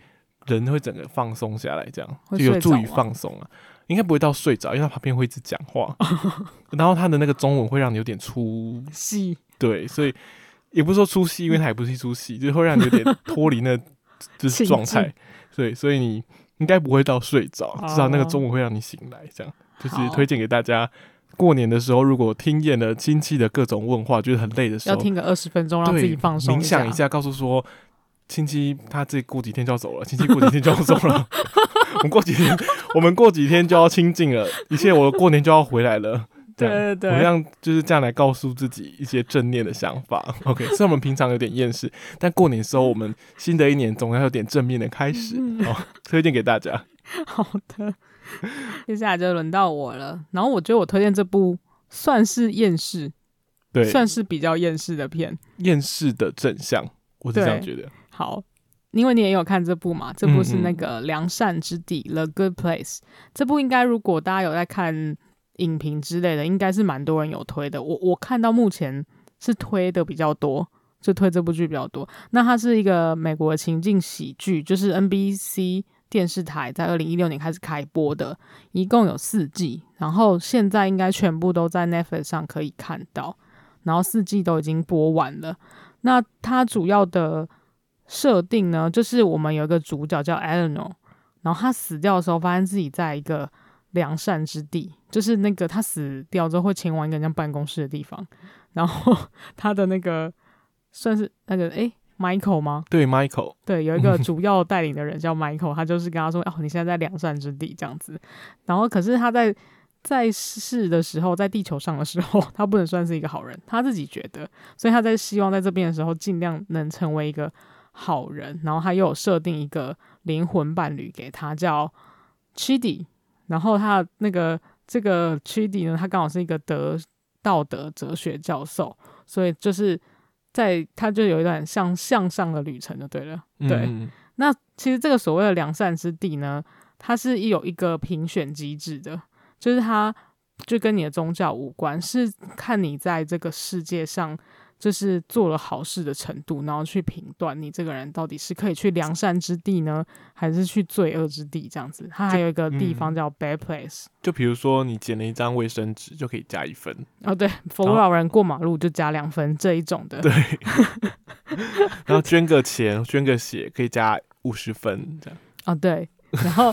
人会整个放松下来，这样会就有睡着助于吗放松啊。应该不会到睡着，因为他旁边会一直讲话，然后他的那个中文会让你有点出戏对，所以也不是说出戏，因为它也不是一出戏，就是会让你有点脱离那就是情状态 境。对，所以你应该不会到睡着，至少那个哦中文会让你醒来。这样就是好推荐给大家，过年的时候如果听厌了亲戚的各种问话，觉得很累的时要候，听个二十分钟，让对，自己放松冥想一一下，告诉说亲戚他这过几天就要走了，亲戚过几天就要走了， 我们过几天 我们过几天就要清静了，一切我过年就要回来了。这对样对我们对，让就是这样来告诉自己一些正念的想法。OK，虽然我们平常有点厌世，但过年的时候，我们新的一年总要有点正面的开始。嗯好、推荐给大家。好的。接下来就轮到我了，然后我觉得我推荐这部算是厌世，对，算是比较厌世的片。厌世的正向，我是这样觉得。好，因为你也有看这部嘛，这部是嗯嗯那个《良善之地》The Good Place》。这部应该如果大家有在看影评之类的，应该是蛮多人有推的。我我看到目前是推的比较多，就推这部剧比较多。那它是一个美国的情境喜剧，就是 NBC 电视台在二零一六年开始开播的，一共有四季，然后现在应该全部都在 Netflix 上可以看到，然后四季都已经播完了。那它主要的设定呢，就是我们有一个主角叫 Eleanor，然后他死掉的时候，发现自己在一个良善之地，就是那个他死掉之后会前往一个像办公室的地方，然后他的那个算是那个诶 Michael 吗？对，Michael，对，有一个主要带领的人叫 Michael，他就是跟他说：“哦，你现在在良善之地这样子。”然后可是他在在世的时候，在地球上的时候，他不能算是一个好人，他自己觉得，所以他在希望在这边的时候，尽量能成为一个好人。然后他又有设定一个灵魂伴侣给他，叫 Chidi。然后他那个这个 Chidi 呢，他刚好是一个德道德哲学教授，所以就是在他就有一段向向上的旅程就对了。对嗯那其实这个所谓的良善之地呢，它是有一个评选机制的，就是它就跟你的宗教无关，是看你在这个世界上就是做了好事的程度，然后去评断你这个人到底是可以去良善之地呢，还是去罪恶之地这样子。它还有一个地方叫 Bad Place。就比如说你捡了一张卫生纸，就可以加一分。哦，对，扶老人过马路就加两分这一种的，对，然后捐个钱，捐个血，可以加五十分，这样。啊，对。然后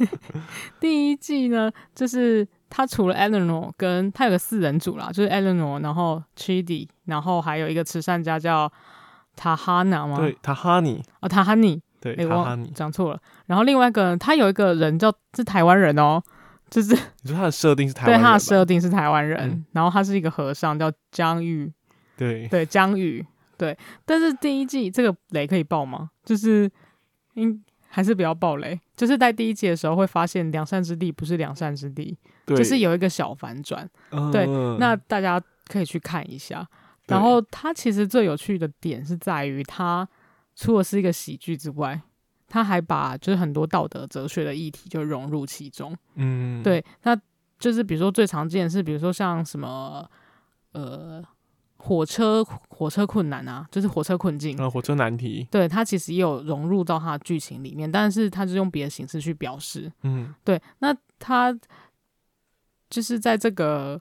第一季呢，就是他除了 Eleanor 跟他有个四人组啦，就是 Eleanor，然后 Chidi，然后还有一个慈善家叫 Tahana 吗？对，，他哈尼，哦，Tahani，对，哎，哈哈我你，讲错了。然后另外一个，他有一个人叫是台湾人哦，就是你说他的设定是台湾对人他吧的设定是台湾人，嗯然后他是一个和尚，叫江玉，对，对江玉，对。但是第一季这个雷可以爆吗？就是应还是不要爆雷，就是在第一季的时候会发现良善之地不是良善之地，对就是有一个小反转，对嗯那大家可以去看一下。对然后它其实最有趣的点是在于，它除了是一个喜剧之外，它还把就是很多道德哲学的议题就融入其中。嗯，对，那就是比如说最常见的是，比如说像什么呃火车火车困难啊，就是火车困境。啊，火车难题，对，它其实也有融入到它的剧情里面，但是它是用别的形式去表示。嗯，对，那他就是在这个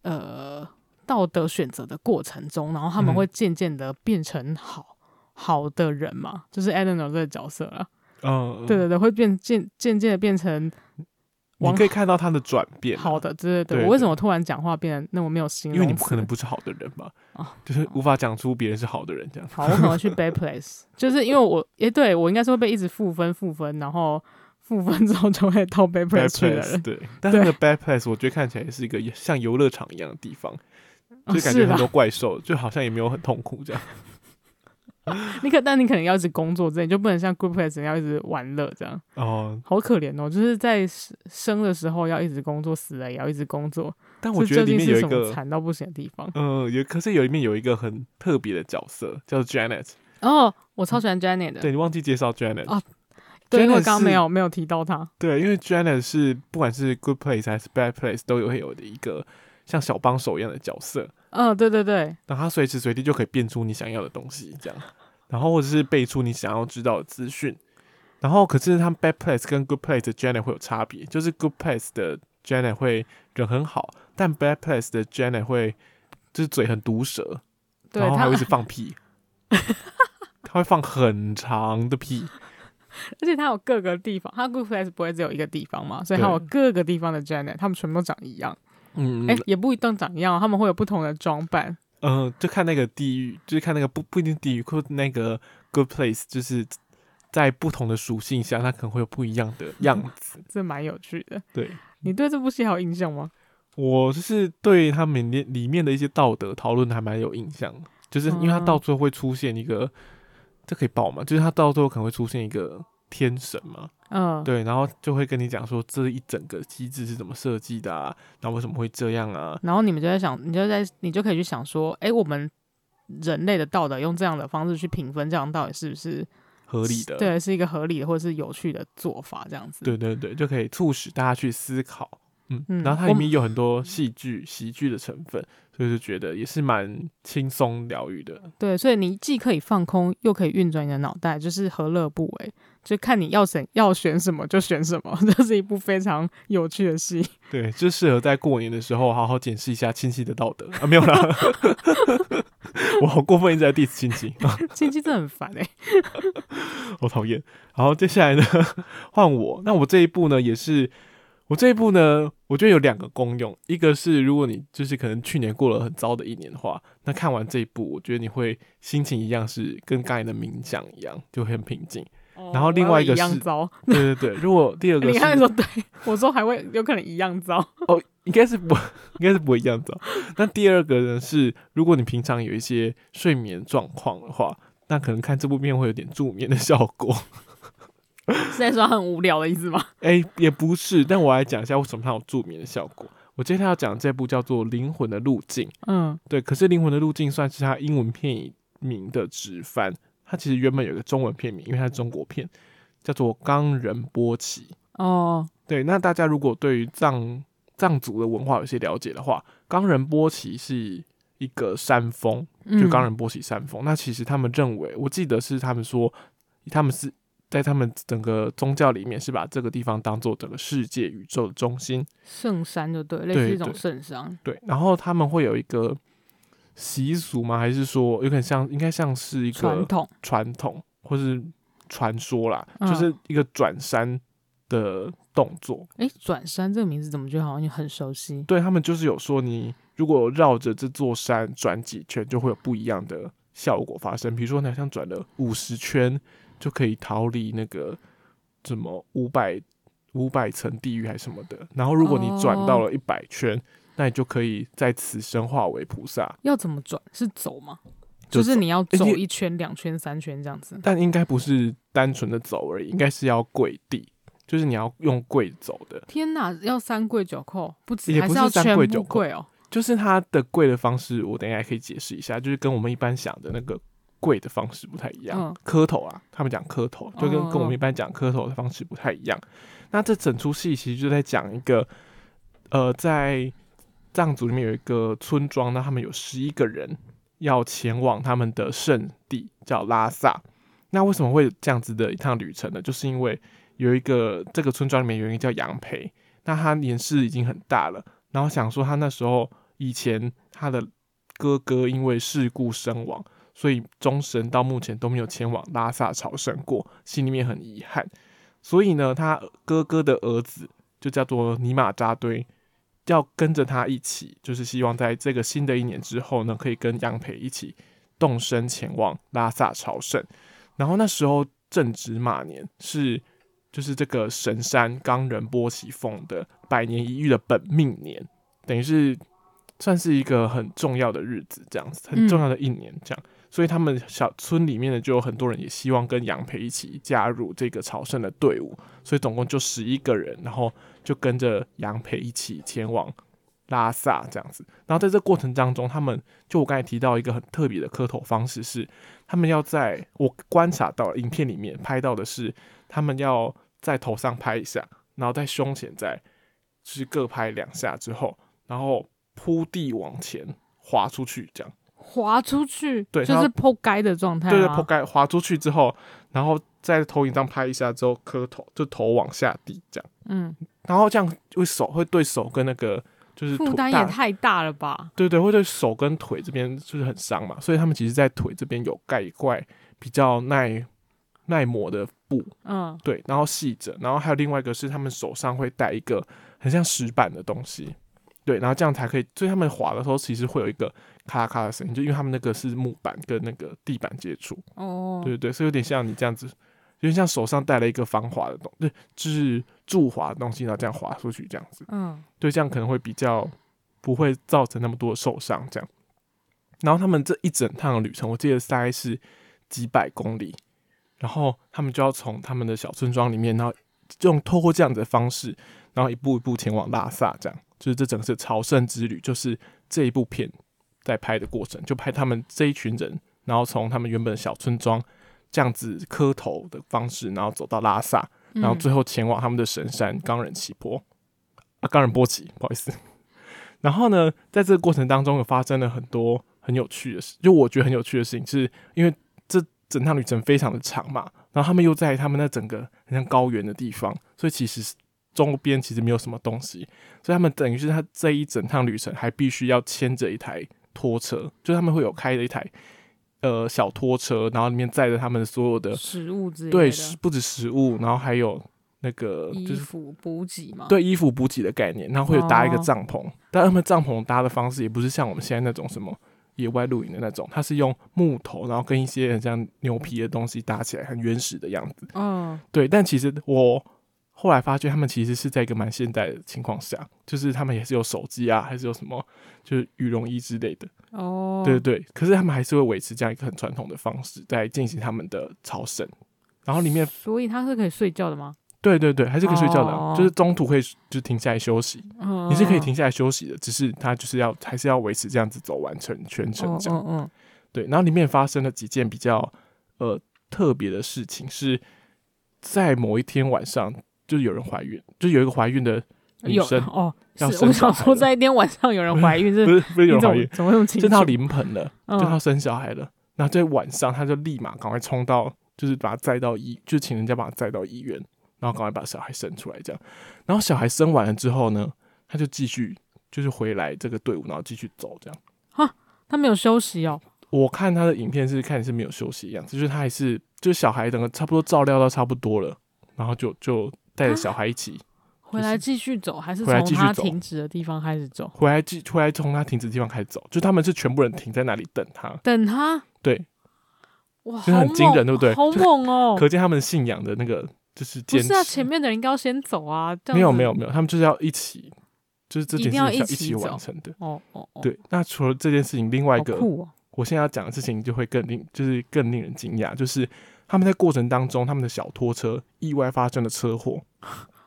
呃道德选择的过程中，然后他嗯们会渐渐的变成好、好的人嘛，就是 Eleanor 这个角色啊，嗯，对嗯，对对，会变渐渐渐的变成你往可以看到他的转变啊，好的，对对对。对我为对什么突然讲话变得那么没有形因为你容不可词能不是好的人嘛哦， 就是无法讲出别人是好的人 这样。 好，我可能会去 Bad Place，就是因为我 诶、对我应该是会被一直负分负分，然后负分之后就会到 Bad Place Bad 去的 place 人，对，但是那个 bad place 我觉得看起来是一个像游乐场一样的地方，哦就感觉是很吧？多怪兽，就好像也没有很痛苦 这样。 你可，但你可能要一直工作之类，你就不能像 group place 一样要一直玩乐这样，哦，好可怜哦。就是在生生的时候要一直工作，死了也要一直工作，但我这觉得究里竟面有是一什么个，惨到不行的地方？呃，有可是有里面有一个很特别的角色叫 Janet，哦，我超喜欢 Janet 的，对你忘记介绍 Janet，、哦对，因为 Janet 我刚刚是没有没有提到她，对，因为 Janet 是不管是 good place 还是 bad place 都有会有的一个像小帮手一样的角色，嗯、对对对，那他随时随地就可以变出你想要的东西，这样，然后或者是背出你想要知道的资讯。然后，可是他们 bad place 跟 good place 的 Janet 会有差别，就是 good place 的 Janet 会人很好，但 bad place 的 Janet 会就是嘴很毒舌，对然后还她，会一而直放屁， 他会放很长的屁，且她有各个地方，她 group place 不会只有一个地方嘛，所以她对有各个地方的 Janet，她们全部都长一样，嗯，哎、嗯、也不一定长一样，她们会有不同的装扮，呃就看那个地域，就是看那个不不一定地域，或那个 good place，就是在不同的属性下，它可能会有不一样的样子，这蛮有趣的。对。你对这部戏还有印象吗？我就是对他们里里面的一些道德讨论还蛮有印象的，就是因为他嗯到最后会出现一个，这可以报吗？就是他到最后可能会出现一个天神嘛，嗯，对，然后就会跟你讲说这一整个机制是怎么设计的啊，然后为什么会这样啊？然后你们就在想，你就在你就可以去想说，哎，我们人类的道德用这样的方式去评分，这样到底是不是合理的，对，是一个合理的或者是有趣的做法，这样子。对对对，就可以促使大家去思考，嗯，嗯然后它我里们面有很多戏剧喜剧的成分，所以就觉得也是蛮轻松疗愈的，对，所以你既可以放空，又可以运转你的脑袋，就是何乐不为？就看你要选要选什么就选什么， 这是一部非常有趣的戏。对，就适合在过年的时候好好检视一下亲戚的道德啊，没有啦， 我好过分，一直在 diss 亲戚，亲戚真的很烦 哎、好讨厌。然后接下来呢， 换我，那我这一步呢也是，我这一步呢，我觉得有两个功用，一个是如果你就是可能去年过了很糟的一年的话，那看完这一部，我觉得你会心情一样是跟刚才的冥想一样，就很平静。然后我另还外会一个一样是糟，对对对，如果第二个 你是刚才说对，我说还会有可能一样糟。 哦，应该是不，应该是不会一样的哦。那第二个呢是，如果你平常有一些睡眠状况的话，那可能看这部片会有点助眠的效果。是在说很无聊的意思吗？哎、也不是，但我来讲一下为什么它有助眠的效果。我接下来要讲这部叫做《灵魂的路径》，嗯对，可是《灵魂的路径》算是它英文片名的直翻，它其实原本有一个中文片名，因为它是中国片，叫做《冈仁波齐》。哦，对，那大家如果对于藏藏族的文化有些了解的话，冈仁波齐是一个山峰，就嗯冈仁波齐山峰。那其实他们认为，我记得是他们说，他们是在他们整个宗教里面是把这个地方当做整个世界宇宙的中心。圣山就对，类对似一种对圣山。对，然后他们会有一个习俗吗？还是说有点像，应该像是一传个统，传统或是传说啦，嗯就是一个转山的动作。哎，转山这个名字怎么觉得好像很熟悉？对他们就是有说，你如果绕着这座山转几圈，就会有不一样的效果发生。比如说，你好像转了五十圈，就可以逃离那个什么五百五百层地狱还是什么的。然后如果你转到了一百圈，那你就可以在此生化为菩萨。要怎么转？是走吗？就就是你要哎走你一圈、两圈、三圈这样子。但应该不是单纯的走而已，应该是要跪地，就是你要用跪走的。天哪，要三跪九叩，不止，也还不是要三全跪部九叩跪哦。就是它的跪的方式，我等一下也可以解释一下，就是跟我们一般想的那个跪的方式不太一样。嗯磕头啊，他们讲磕头，就跟嗯嗯跟我们一般讲磕头的方式不太一样。那这整出戏其实就在讲一个，呃，在藏族里面有一个村庄，那他们有十一个人要前往他们的圣地，叫拉萨。那为什么会有这样子的一趟旅程呢？就是因为有一个这个村庄里面有一个叫杨培，那他年事已经很大了，然后想说他那时候以前他的哥哥因为事故身亡，所以终身到目前都没有前往拉萨朝圣过，心里面很遗憾。所以呢，他哥哥的儿子就叫做尼玛扎堆，要跟着他一起，就是希望在这个新的一年之后呢，可以跟杨培一起动身前往拉萨朝圣。然后那时候正值马年，是就是这个神山冈仁波齐峰的百年一遇的本命年，等于是算是一个很重要的日子，这样子很重要的一年这样。所以他们小村里面呢，就有很多人也希望跟杨培一起加入这个朝圣的队伍，所以总共就十一个人，然后就跟着杨培一起前往拉萨这样子。然后在这过程当中，他们就我刚才提到一个很特别的磕头方式是，他们要在我观察到影片里面拍到的是，他们要在头上拍一下，然后在胸前再就是各拍两下之后，然后铺地往前滑出去这样。滑出去，对就它是剖开的状态对对，吗抛开滑出去之后，然后在投影上拍一下之后磕头，就头往下低这样，嗯，然后这样会手会对手跟那个就是负腿担也大太大了吧？对对，会对手跟腿这边就是很伤嘛，所以他们其实在腿这边有盖一块比较耐耐磨的布，嗯，对，然后细着，然后还有另外一个是他们手上会带一个很像石板的东西，对，然后这样才可以，所以他们滑的时候其实会有一个咔啦咔啦的声音，就因为他们那个是木板跟那个地板接触，哦，对对对，所以有点像你这样子，有点像手上带了一个防滑的东，对，就是助滑的东西，然后这样滑出去这样子，嗯，对，这样可能会比较不会造成那么多的受伤这样。然后他们这一整趟的旅程，我记得大概是几百公里，然后他们就要从他们的小村庄里面，然后用透过这样子的方式，然后一步一步前往拉萨，这样就是这整个是朝圣之旅，就是这一部片在拍的过程，就拍他们这一群人，然后从他们原本的小村庄这样子磕头的方式，然后走到拉萨，嗯然后最后前往他们的神山冈仁奇坡啊，冈仁波齐，不好意思。然后呢，在这个过程当中，有发生了很多很有趣的事，就我觉得很有趣的事情，是因为这整趟旅程非常的长嘛，然后他们又在他们那整个很像高原的地方，所以其实是周边其实没有什么东西，所以他们等于是他这一整趟旅程还必须要牵着一台拖车，就是他们会有开着一台呃小拖车，然后里面载着他们所有的食物之类对，食的，不止食物，然后还有那个衣就是服补给嘛，，对衣服补给的概念，然后会有搭一个哦帐篷，但他们帐篷搭的方式也不是像我们现在那种什么野外露营的那种，它是用木头，然后跟一些很像牛皮的东西搭起来，很原始的样子。嗯，对，但其实我后来发觉，他们其实是在一个蛮现代的情况下，就是他们也是有手机啊，还是有什么就是羽绒衣之类的。哦，对对对，可是他们还是会维持这样一个很传统的方式在进行他们的朝圣，然后里面所以它是可以睡觉的吗？对对对，还是可以睡觉的啊、哦就是中途可以就停下来休息，嗯，你是可以停下来休息的，只是他就是要还是要维持这样子走完全全程哦，这样。嗯嗯，对，然后里面发生了几件比较呃特别的事情，是在某一天晚上，就有人怀孕，就有一个怀孕的女有生，哦，是要我生小想孩说，了在一天晚上有人怀孕，不是是不是有人你怎怀么孕，怎么那么清就楚？她临盆了，嗯就她生小孩了，然后在晚上她就立马赶快冲到，就是把她载到医，就请人家把她载到医院，然后赶快把小孩生出来这样。然后小孩生完了之后呢，她就继续就是回来这个队伍，然后继续走这样。他没有休息哦，我看她的影片是看是没有休息一样，就是她还是就是小孩整个差不多照料到差不多了，然后就就带着小孩一啊起回来继续走，还是回来从继续他走停止的地方开始走？回来继回来从她停止的地方开始走，就他们是全部人停在那里等她。等他，对，哇，就是很好惊猛人对不对好就猛哦！可见他们信仰的那个就是不坚持。是啊，前面的人应该要先走啊，这样没有子没有没有，他们就是要一起，就是这一件定事情要是一要一起起完走成的。哦哦哦，对，那除了这件事情，另外一好个酷哦，我现在要讲的事情就会更令，就是更令人惊讶，就是他们在过程当中，他们的小拖车意外发生了车祸，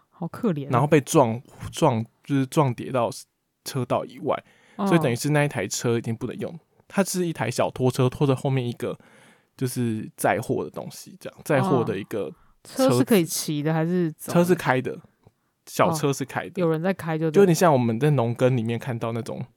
好可怜哦。然后被撞撞，就是撞跌到车道以外，所以等于于是那一台车已经不能用，它是一台小拖车拖着后面一个就是载货的东西，这样载货嗯的一个车车是可以骑的还是走车的是开的，小哦车是开的，有人在开就就有对点像我们在农耕里面看到那种了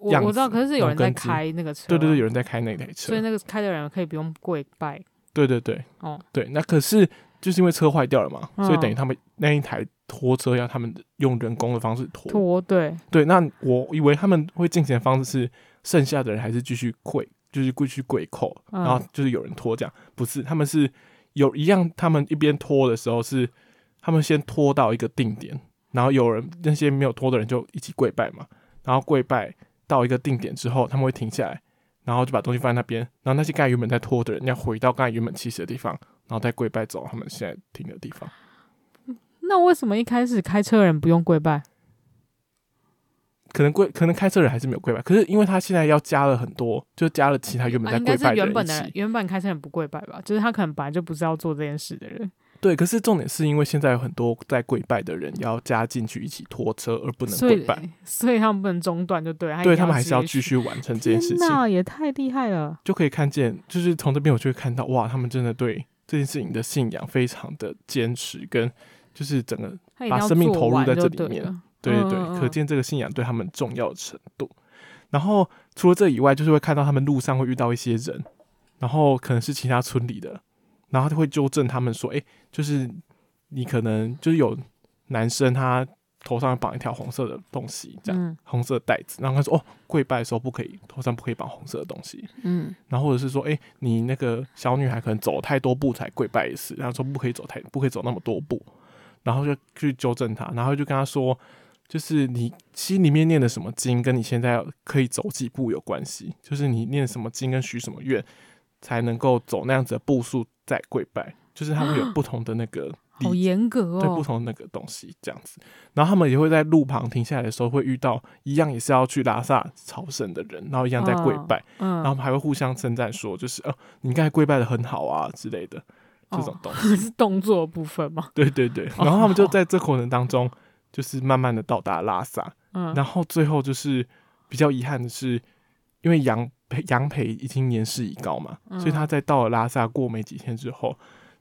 我样我我知道，子可是有农人在耕机开那个车啊，对对对，有人在开那台车所以，那个开的人可以不用跪拜对对对，哦，对，那可是就是因为车坏掉了嘛，嗯所以等于他们那一台拖车要他们用人工的方式拖。拖对对，那我以为他们会进行的方式是剩下的人还是继续跪，就是继续跪扣，嗯然后就是有人拖这样，不是，他们是有一样，他们一边拖的时候是他们先拖到一个定点，然后有人那些没有拖的人就一起跪拜嘛，然后跪拜到一个定点之后，他们会停下来，然后就把东西放在那边，然后那些刚才原本在拖的人要回到刚才原本起始的地方，然后再跪拜走他们现在停的地方。那为什么一开始开车的人不用跪拜？可能跪，可能开车人还是没有跪拜，可是因为他现在要加了很多，就加了其他原本在啊，应该跪是拜原人本一的起。人，原本开车人不跪拜吧？就是他可能本来就不是要做这件事的人，对，可是重点是因为现在有很多在跪拜的人要加进去一起拖车，而不能所跪以拜。所以他们不能中断就对，一对定他们还是要继继续续完成这件事情天，哪，也太厉害了！就可以看见，就是从这边我就会看到，哇，他们真的对这件事情的信仰非常的坚持，跟就是整个他一把定要生命做投入完在就这里对面了对对嗯嗯对，嗯可见这个信仰对他们重要的程度。然后除了这以外，就是会看到他们路上会遇到一些人，然后可能是其他村里的，然后他会纠正他们说：“哎、就是你可能就是有男生他头上绑一条红色的东西，这样、嗯红色的带子。”然后他说：“哦，跪拜的时候不可以，头上不可以绑红色的东西。嗯，”然后或者是说：“哎、你那个小女孩可能走太多步才跪拜一次，然后说不可以走太不可以走那么多步。”然后就去纠正他，然后就跟他说，就是你心里面念的什么经，跟你现在可以走几步有关系，就是你念什么经跟许什么愿，才能够走那样子的步数再跪拜，就是他们有不同的那个理好严格对不哦，同的那个东西这样子，然后他们也会在路旁停下来的时候，会遇到一样也是要去拉萨朝圣的人，然后一样在跪拜，然后他嗯，们还会互相称赞说，就是哦、呃你刚才跪拜的很好啊之类的哦这种东西。 是动作的部分吗？对对对，哦然后他们就在这过程当中，就是慢慢的到达拉萨，嗯，然后最后就是比较遗憾的是，因为杨培杨培已经年事已高嘛，嗯所以他在到了拉萨过没几天之后，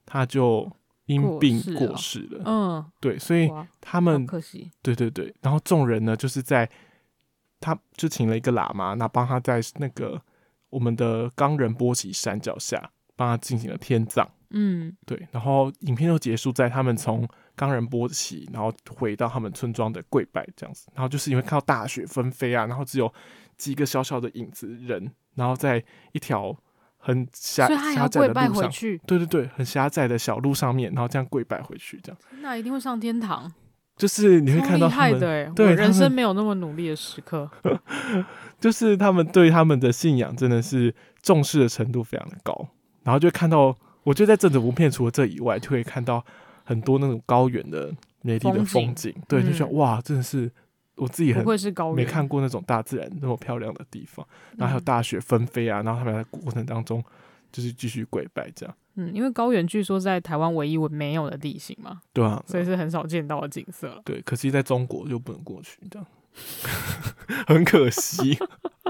他就因过病世了过世了。嗯，对，所以哇，他好们可惜，对对对，然后众人呢就是在他就请了一个喇嘛，那帮他在那个我们的冈仁波齐山脚下帮他进行了天葬。嗯，对，然后影片就结束在他们从冈仁波齐，然后回到他们村庄的跪拜这样子，然后就是因为看到大雪纷飞啊，然后只有几个小小的影子人，然后在一条很狭所以他也狭要窄跪的拜路回上，去，对对对，很狭窄的小路上面，然后这样跪拜回去，这样那一定会上天堂。就是你会超看到厉他害们的欸，对我他人生们没有那么努力的时刻。就是他们对他们的信仰真的是重视的程度非常的高，然后就看到，我觉得在政治文片除了这以外，就可以看到很多那种高原的美丽的风景风景，对，就觉得嗯哇，真的是我自己不很愧是高人，没看过那种大自然那么漂亮的地方，嗯然后还有大雪纷飞啊，然后他们在过程当中就是继续跪拜这样，嗯，嗯，因为高原据说在台湾唯一我没有的地形嘛，对啊，所以是很少见到的景色了。对，可惜在中国就不能过去，这样 很可惜。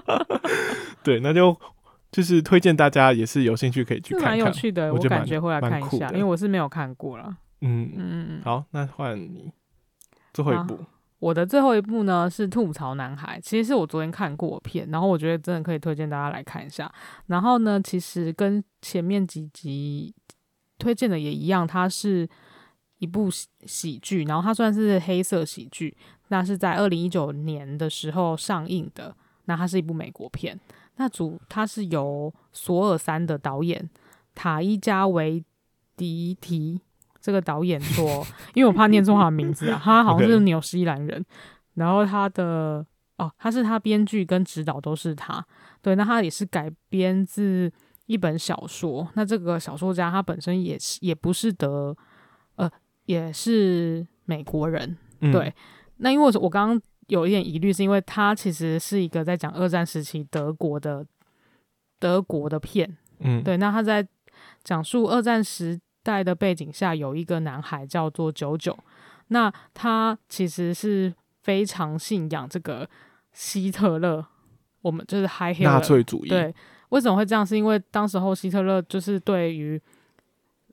对，那就就是推荐大家也是有兴趣可以去是看蛮有看。趣的，我我觉得感蛮觉会来蛮看一酷下，的因为我是没有看过了。嗯，嗯嗯嗯，好，那换你最后一好部，我的最后一部呢是《吐槽男孩》，其实是我昨天看过的片，然后我觉得真的可以推荐大家来看一下。然后呢，其实跟前面几集推荐的也一样，它是一部喜喜剧，然后它算是黑色喜剧，那是在二零一九年的时候上映的。那它是一部美国片，那主它是由索尔三的导演塔伊加维迪提这个导演做，因为我怕念错他的名字啊，他好像 OK 是纽西兰人，然后他的哦，他是他编剧跟指导都是他，对，那他也是改编自一本小说。那这个小说家他本身也是也不是德，呃，也是美国人。嗯对，那因为我我刚刚有一点疑虑，是因为他其实是一个在讲二战时期德国的德国的片。嗯，对，那他在讲述二战时代的背景下，有一个男孩叫做九九，那他其实是非常信仰这个希特勒，我们就是嗨黑纳了。粹主义，对，为什么会这样？是因为当时候希特勒就是对于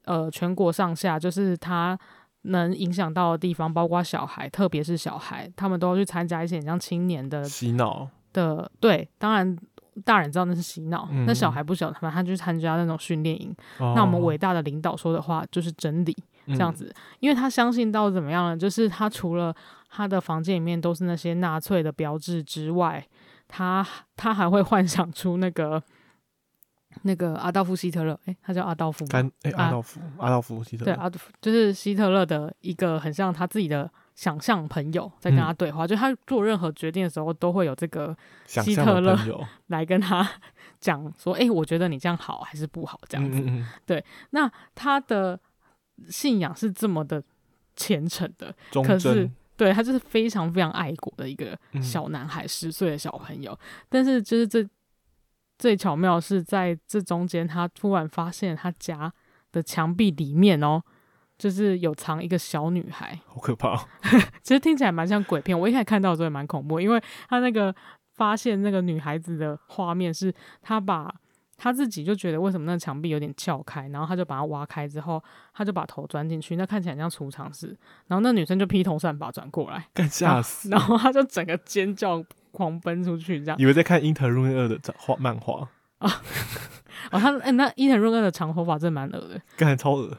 呃全国上下，就是他能影响到的地方，包括小孩，特别是小孩，他们都要去参加一些很像青年的洗脑，的，对，当然大人知道那是洗脑，那嗯小哦孩不晓得，反正他去参加那种训练营。那那我们伟大的领导说的话就是真理，这这样，子，因为他相信到怎么样呢？就是他除了他的房间里面都是那些纳粹的标志之外，他他还会幻想出那个那个阿道夫希特勒，诶、他叫阿道夫吗，甘哎阿啊道夫，阿道夫希特对，啊勒，阿道夫就是希特勒的一个很像他自己的。想象朋友在嗯跟他对话，就他做任何决定的时候都会有这个想希象特的勒朋友，来跟他 讲说，诶、我觉得你这样好还是不好这样子。嗯嗯嗯，他的信仰是这么的虔诚的，忠可是贞，对他就是非常非常爱国的一个嗯小男孩，十岁的小朋友。但是就是这最巧妙的是在这中间，他突然发现他家的墙壁里面哦，就是有藏一个小女孩。好可怕哦，其实听起来蛮像鬼片，我一开始看到的时候也蛮恐怖，因为他那个发现那个女孩子的画面是，他把他自己就觉得为什么那个墙壁有点撬开，然后他就把它挖开之后，他就把头钻进去，那看起来很像储藏室，然后那女生就披头散发转过来，干吓死， 然后他就整个尖叫狂奔出去，这样。以为在看《英特润二》的长画漫画，哦，他哎、那伊藤润二的长头发真的蛮恶的，干超恶，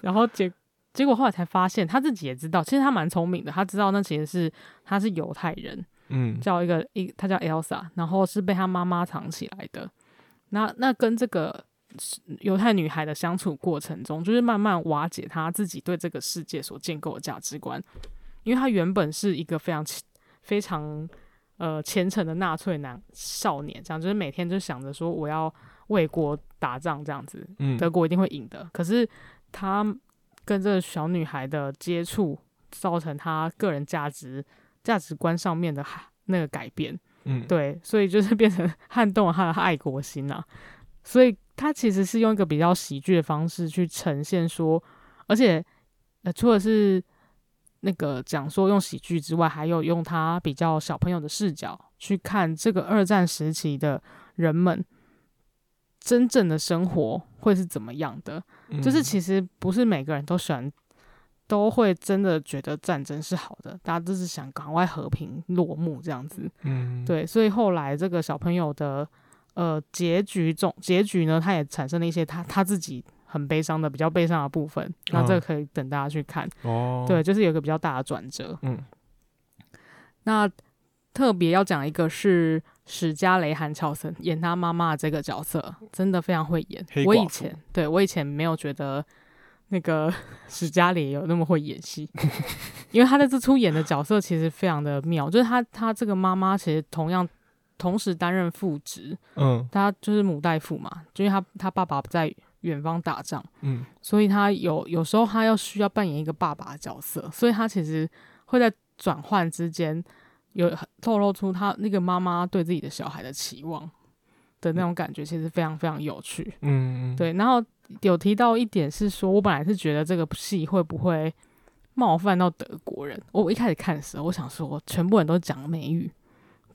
然后结结果后来才发现他自己也知道，其实他蛮聪明的，他知道那其实是他是犹太人。嗯，叫一个一，她叫 Elsa，然后是被她妈妈藏起来的。那那跟这个犹太女孩的相处过程中，就是慢慢瓦解她自己对这个世界所建构的价值观，因为她原本是一个非常虔非常呃虔诚的纳粹男少年，这样就是每天就想着说我要为国打仗这样子，嗯，德国一定会赢的。可是他跟这个小女孩的接触，造成他个人价值价值观上面的那个改变，嗯，对，所以就是变成 撼动了他的爱国心啊。所以他其实是用一个比较喜剧的方式去呈现说，而且呃，除了是那个讲说用喜剧之外，还有用他比较小朋友的视角去看这个二战时期的人们真正的生活会是怎么样的。嗯就是其实不是每个人都喜欢，都会真的觉得战争是好的，大家都是想赶快和平落幕这样子。嗯，对，所以后来这个小朋友的呃结局总结局呢，他也产生了一些他他自己很悲伤的比较悲伤的部分。那嗯这个可以等大家去看，哦，对，，就是有一个比较大的转折。嗯那特别要讲一个是史嘉蕾·韩乔森演她妈妈的这个角色，真的非常会演黑。我寡妇以前对我以前没有觉得那个 史嘉蕾有那么会演 戏，因为她在这出演的角色其实非常的妙，就是她她这个妈妈其实同样同时担任父职，嗯她就是母代父嘛，就因为她她爸爸在远方打仗。嗯，所以他有有时候他要需要扮演一个爸爸的角色，所以他其实会在转换之间有透露出他那个妈妈对自己的小孩的期望的那种感觉，其实非常非常有趣。嗯，对，然后有提到一点是说，我本来是觉得这个戏会不会冒犯到德国人。我一开始看的时候，我想说全部人都讲美语，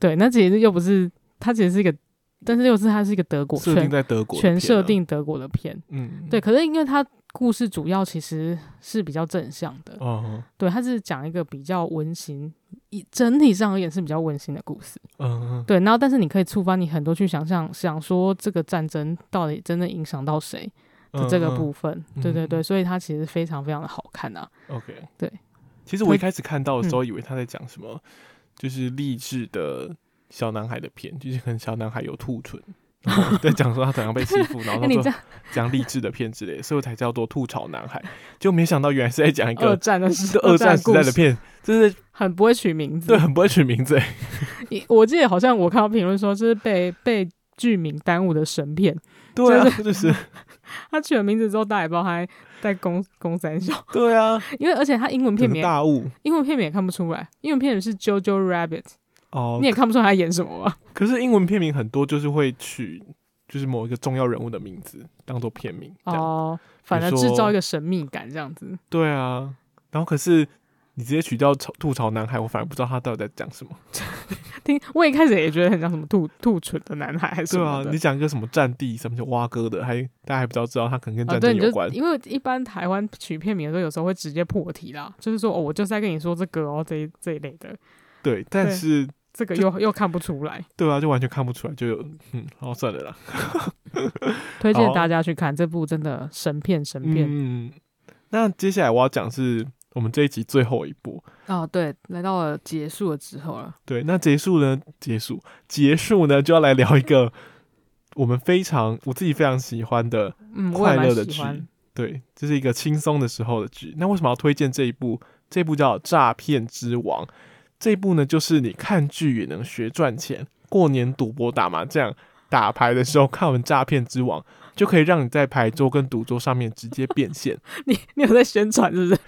对，那其实又不是，它其实是一个，但是又是它是一个德国设定全在德国的片全啊设，定德国的片，嗯，对，，可是因为它故事主要其实是比较正向的，哦，对，它是讲一个比较温馨，以整体上而言是比较温馨的故事。嗯对，然后但是你可以触发你很多去想象，想说这个战争到底真的影响到谁的嗯，这个嗯部分。嗯对对对，嗯所以它其实非常非常的好看啊。 OK，对。嗯其实我推一开始看到的时候，以为他在讲什么，就是励志的小男孩的片，就是可能小男孩有兔唇，然后 在讲说他怎样被欺负，然后那 哎你他说这样讲励志的片之类的，所以我才叫做吐槽男孩。就没想到原来是在讲一二个战的是时二战时故代的事片，就是很不会取名字 对，很不会取名字、欸。你我记得好像我看到评论说，就是被被剧名耽误的神片。对啊，就是他取了名字之后，大家也不知道他在在攻攻三小， 对啊，因为而且他英文片整名个大雾英文片名也看不出来，英文片名是 JoJo Rabbit，哦你。也看不出来他演什么吧？可是英文片名很多就是会取就是某一个重要人物的名字当做片名，这样哦，反而比如制说造一个神秘感这样子。对啊，然后可是你直接取掉吐槽男孩，我反而不知道他到底在讲什么。听我一开始也觉得很像什么兔兔唇的男孩还是什对啊么，的。你讲一个什么战地，什么叫蛙哥的，还大家还不知道知道他可能跟啊，战对，争你就有关。因为一般台湾取片名的时候，有时候会直接破题啦，就是说哦，我就是在跟你说这个哦，这一这一类的，对，但对是这个又又看不出来。对啊，就完全看不出来，就有嗯，然后算了啦。推荐好大家去看这部，真的神片神片嗯，那接下来我要讲是我们这一集最后一部。哦，对，来到了结束了之后了，对，那结束呢？结束，结束呢，就要来聊一个我们非常我自己非常喜欢的嗯，我快也乐蛮的喜剧欢。，对，这是一个轻松的时候的剧。那为什么要推荐这一部？这部叫《诈骗之王》，这一部呢，就是你看剧也能学赚钱。过年赌博、打麻将、打牌的时候，看完《诈骗之王》，就可以让你在牌桌跟赌桌上面直接变现。 你你有在宣传是不是？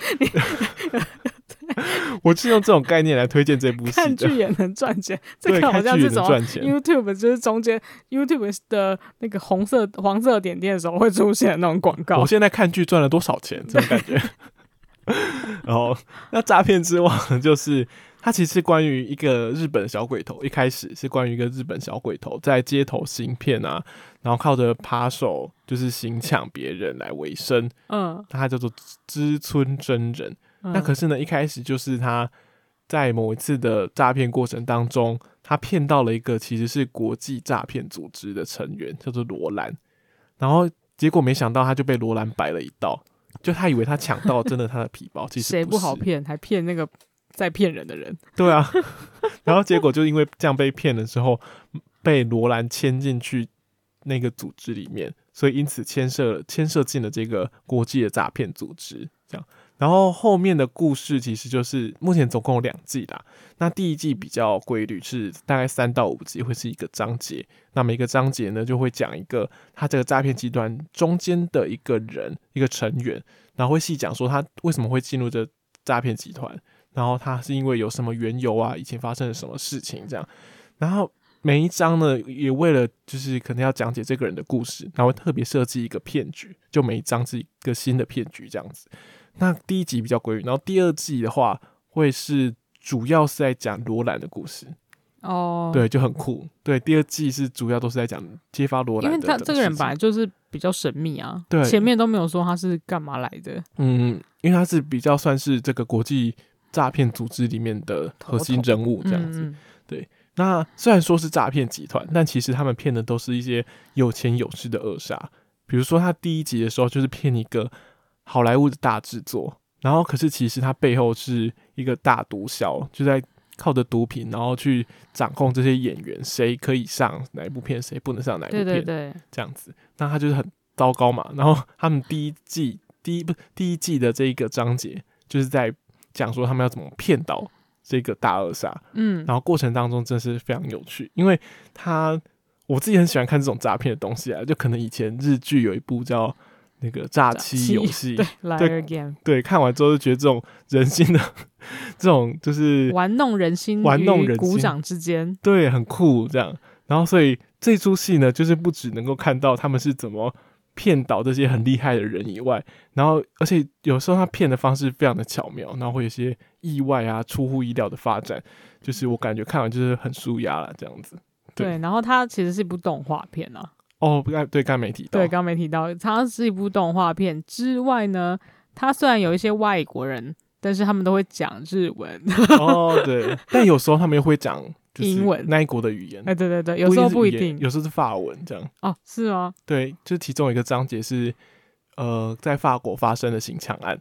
我是用这种概念来推荐这部戏看的。 剧也能赚钱，这对，个好看像剧也这能种赚钱。 YouTube 就是中间 YouTube 的那个红色黄色点点的时候会出现的那种广告我。现在看剧赚了多少钱？这种感觉。 然后，那诈骗之王呢就是它其实是关于一个日本小鬼头，一开始是关于一个日本小鬼头在街头行骗啊，然后靠着扒手就是行抢别人来为生，嗯，那他叫做知村真人。那那可是呢，一开始就是他在某一次的诈骗过程当中，他骗到了一个其实是国际诈骗组织的成员，叫做罗兰。然后结果没想到他就被罗兰摆了一道，就他以为他抢到真的他的皮包，其实谁不不好是骗，还骗那个在骗人的人。对啊， 然后结果就因为这样被骗的时候，被罗兰牵进去那个组织里面，所以因此牵涉牵涉进了这个国际的诈骗组织。这样，然后后面的故事其实就是目前总共有两季啦。那第一季比较规律，是大概三到五集会是一个章节。那每一个章节呢，就会讲一个他这个诈骗集团中间的一个人，一个成员，然后会细讲说他为什么会进入这诈骗集团。然后他是因为有什么缘由啊，以前发生了什么事情这样，然后每一章呢，也为了就是可能要讲解这个人的故事，然后特别设计一个骗局，就每一章是一个新的骗局这样子。那第一集比较规律，然后第二季的话会是主要是在讲罗兰的故事，哦，，对，就很酷。对，第二季是主要都是在讲揭发罗因兰为的整他事情。这个人本来就是比较神秘啊，对前面都没有说他是干嘛来的，嗯，因为他是比较算是这个国际诈骗组织里面的核心头人物这样子。嗯，嗯那虽然说是诈骗集团，但其实他们骗的都是一些有钱有势的恶煞。比如说，他第一集的时候就是骗一个好莱坞的大制作，然后可是其实他背后是一个大毒枭，就在靠着毒品，然后去掌控这些演员，谁可以上哪一部片，谁不能上哪一部对片，对对，这样子。那他就是很糟糕嘛。然后他们第一季第一不第一季的这一个章节就是在讲说他们要怎么骗到这个大恶煞。嗯，然后过程当中真的是非常有趣，因为他我自己很喜欢看这种诈骗的东西啊，就可能以前日剧有一部叫那个《诈欺游戏》对，Liar 对 Game 对，看完之后就觉得这种人心的这种就是玩弄人心，玩弄人心鼓掌之间，对很酷这样，然后所以这出戏呢，就是不只能够看到他们是怎么。骗倒这些很厉害的人以外，然后而且有时候他骗的方式非常的巧妙，然后会有一些意外啊、出乎意料的发展，就是我感觉看完就是很舒压了这样子。对对，然后它其实是一部动画片啊，哦，不该对，刚才没提到。对，刚刚没提到，它是一部动画片之外呢，它虽然有一些外国人，但是他们都会讲日文， 哦，对，但有时候他们又会讲就是英文那一国的语言 哎，，对对对，有时候不一是语言定，有时候是法文这样。哦，是吗？对，就其中有一个章节是呃，在法国发生的刑抢案，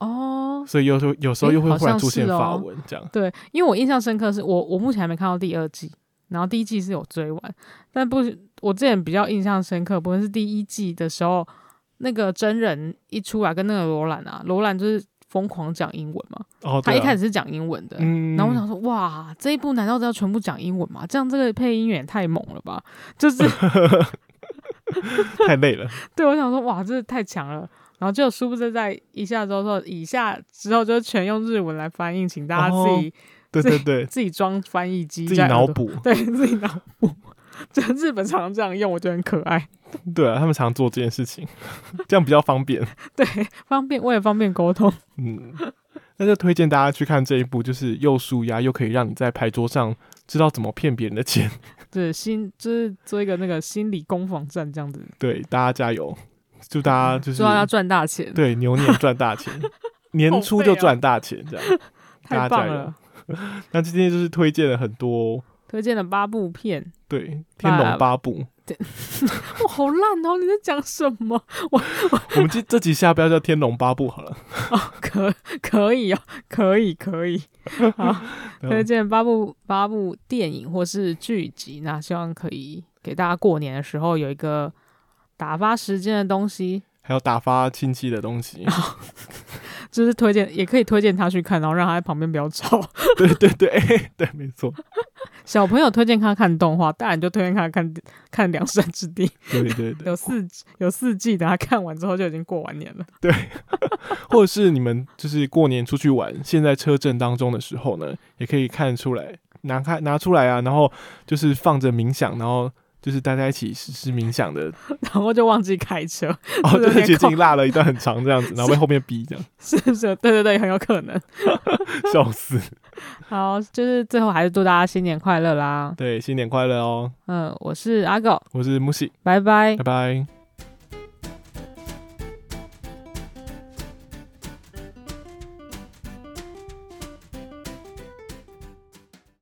哦，所以有时候有时候诶又会好忽然像出是现哦法文这样。对，因为我印象深刻是我我目前还没看到第二季，然后第一季是有追完，但不是我之前比较印象深刻，不论是第一季的时候，那个真人一出来跟那个罗兰啊，罗兰就是疯狂讲英文嘛，哦，他对一啊开，始是讲英文的，嗯，然后我想说，哇，这一部难道都要全部讲英文吗？这样这个配音员也太猛了吧！就是 太累了，对我想说，哇，这太强了。然后就殊不知在一下之后说，以下之后就全用日文来翻译，请大家自己、对对对，自己装翻译机，哦自己在耳脑朵，补，对自己脑补。就日本常常这样用，我觉得很可爱，对啊，他们常做这件事情， 这样比较方便。对，方便为了方便沟通。嗯，那就推荐大家去看这一部，就是又舒压又可以让你在牌桌上知道怎么骗别人的钱。对，心就是做一个那个心理攻防战这样子，对，大家加油！嗯祝大家就是说要赚大钱，对牛年赚大 钱，年初就赚大钱这 样。太大家加棒油了！那今天就是推荐了很多推荐了八部片，对《天龙八部》，哇，好烂哦！你在讲什么？我们这这集下标叫《天龙八部》好了。可 可以哦，可以可以，好，推荐八部八部电影或是剧集，那希望可以给大家过年的时候有一个打发时间的东西，还有打发亲戚的东 西，就是推荐，也可以推荐他去看，然后让他在旁边不要吵。 对对对、哎对，没错，小朋友推荐他看动画，大人就推荐他看看《梁山之地》，对对对，有四季有四季，等他看完之后就已经过完年了。 或者是你们就是过年出去玩，现在车震当中的时候呢，也可以看出来，拿开拿出来啊，然后就是放着冥想，然后就是大家一起实施冥想的，然后就忘记开车， 哦，是对， 有点捷径落了一段很长这样子，然后被后面逼 这样，是不是？对对对，很有可能。笑死。好，就是最后还是祝大家新年快乐啦！对，新年快乐哦！嗯，我是阿狗，我是木西，拜拜拜。拜。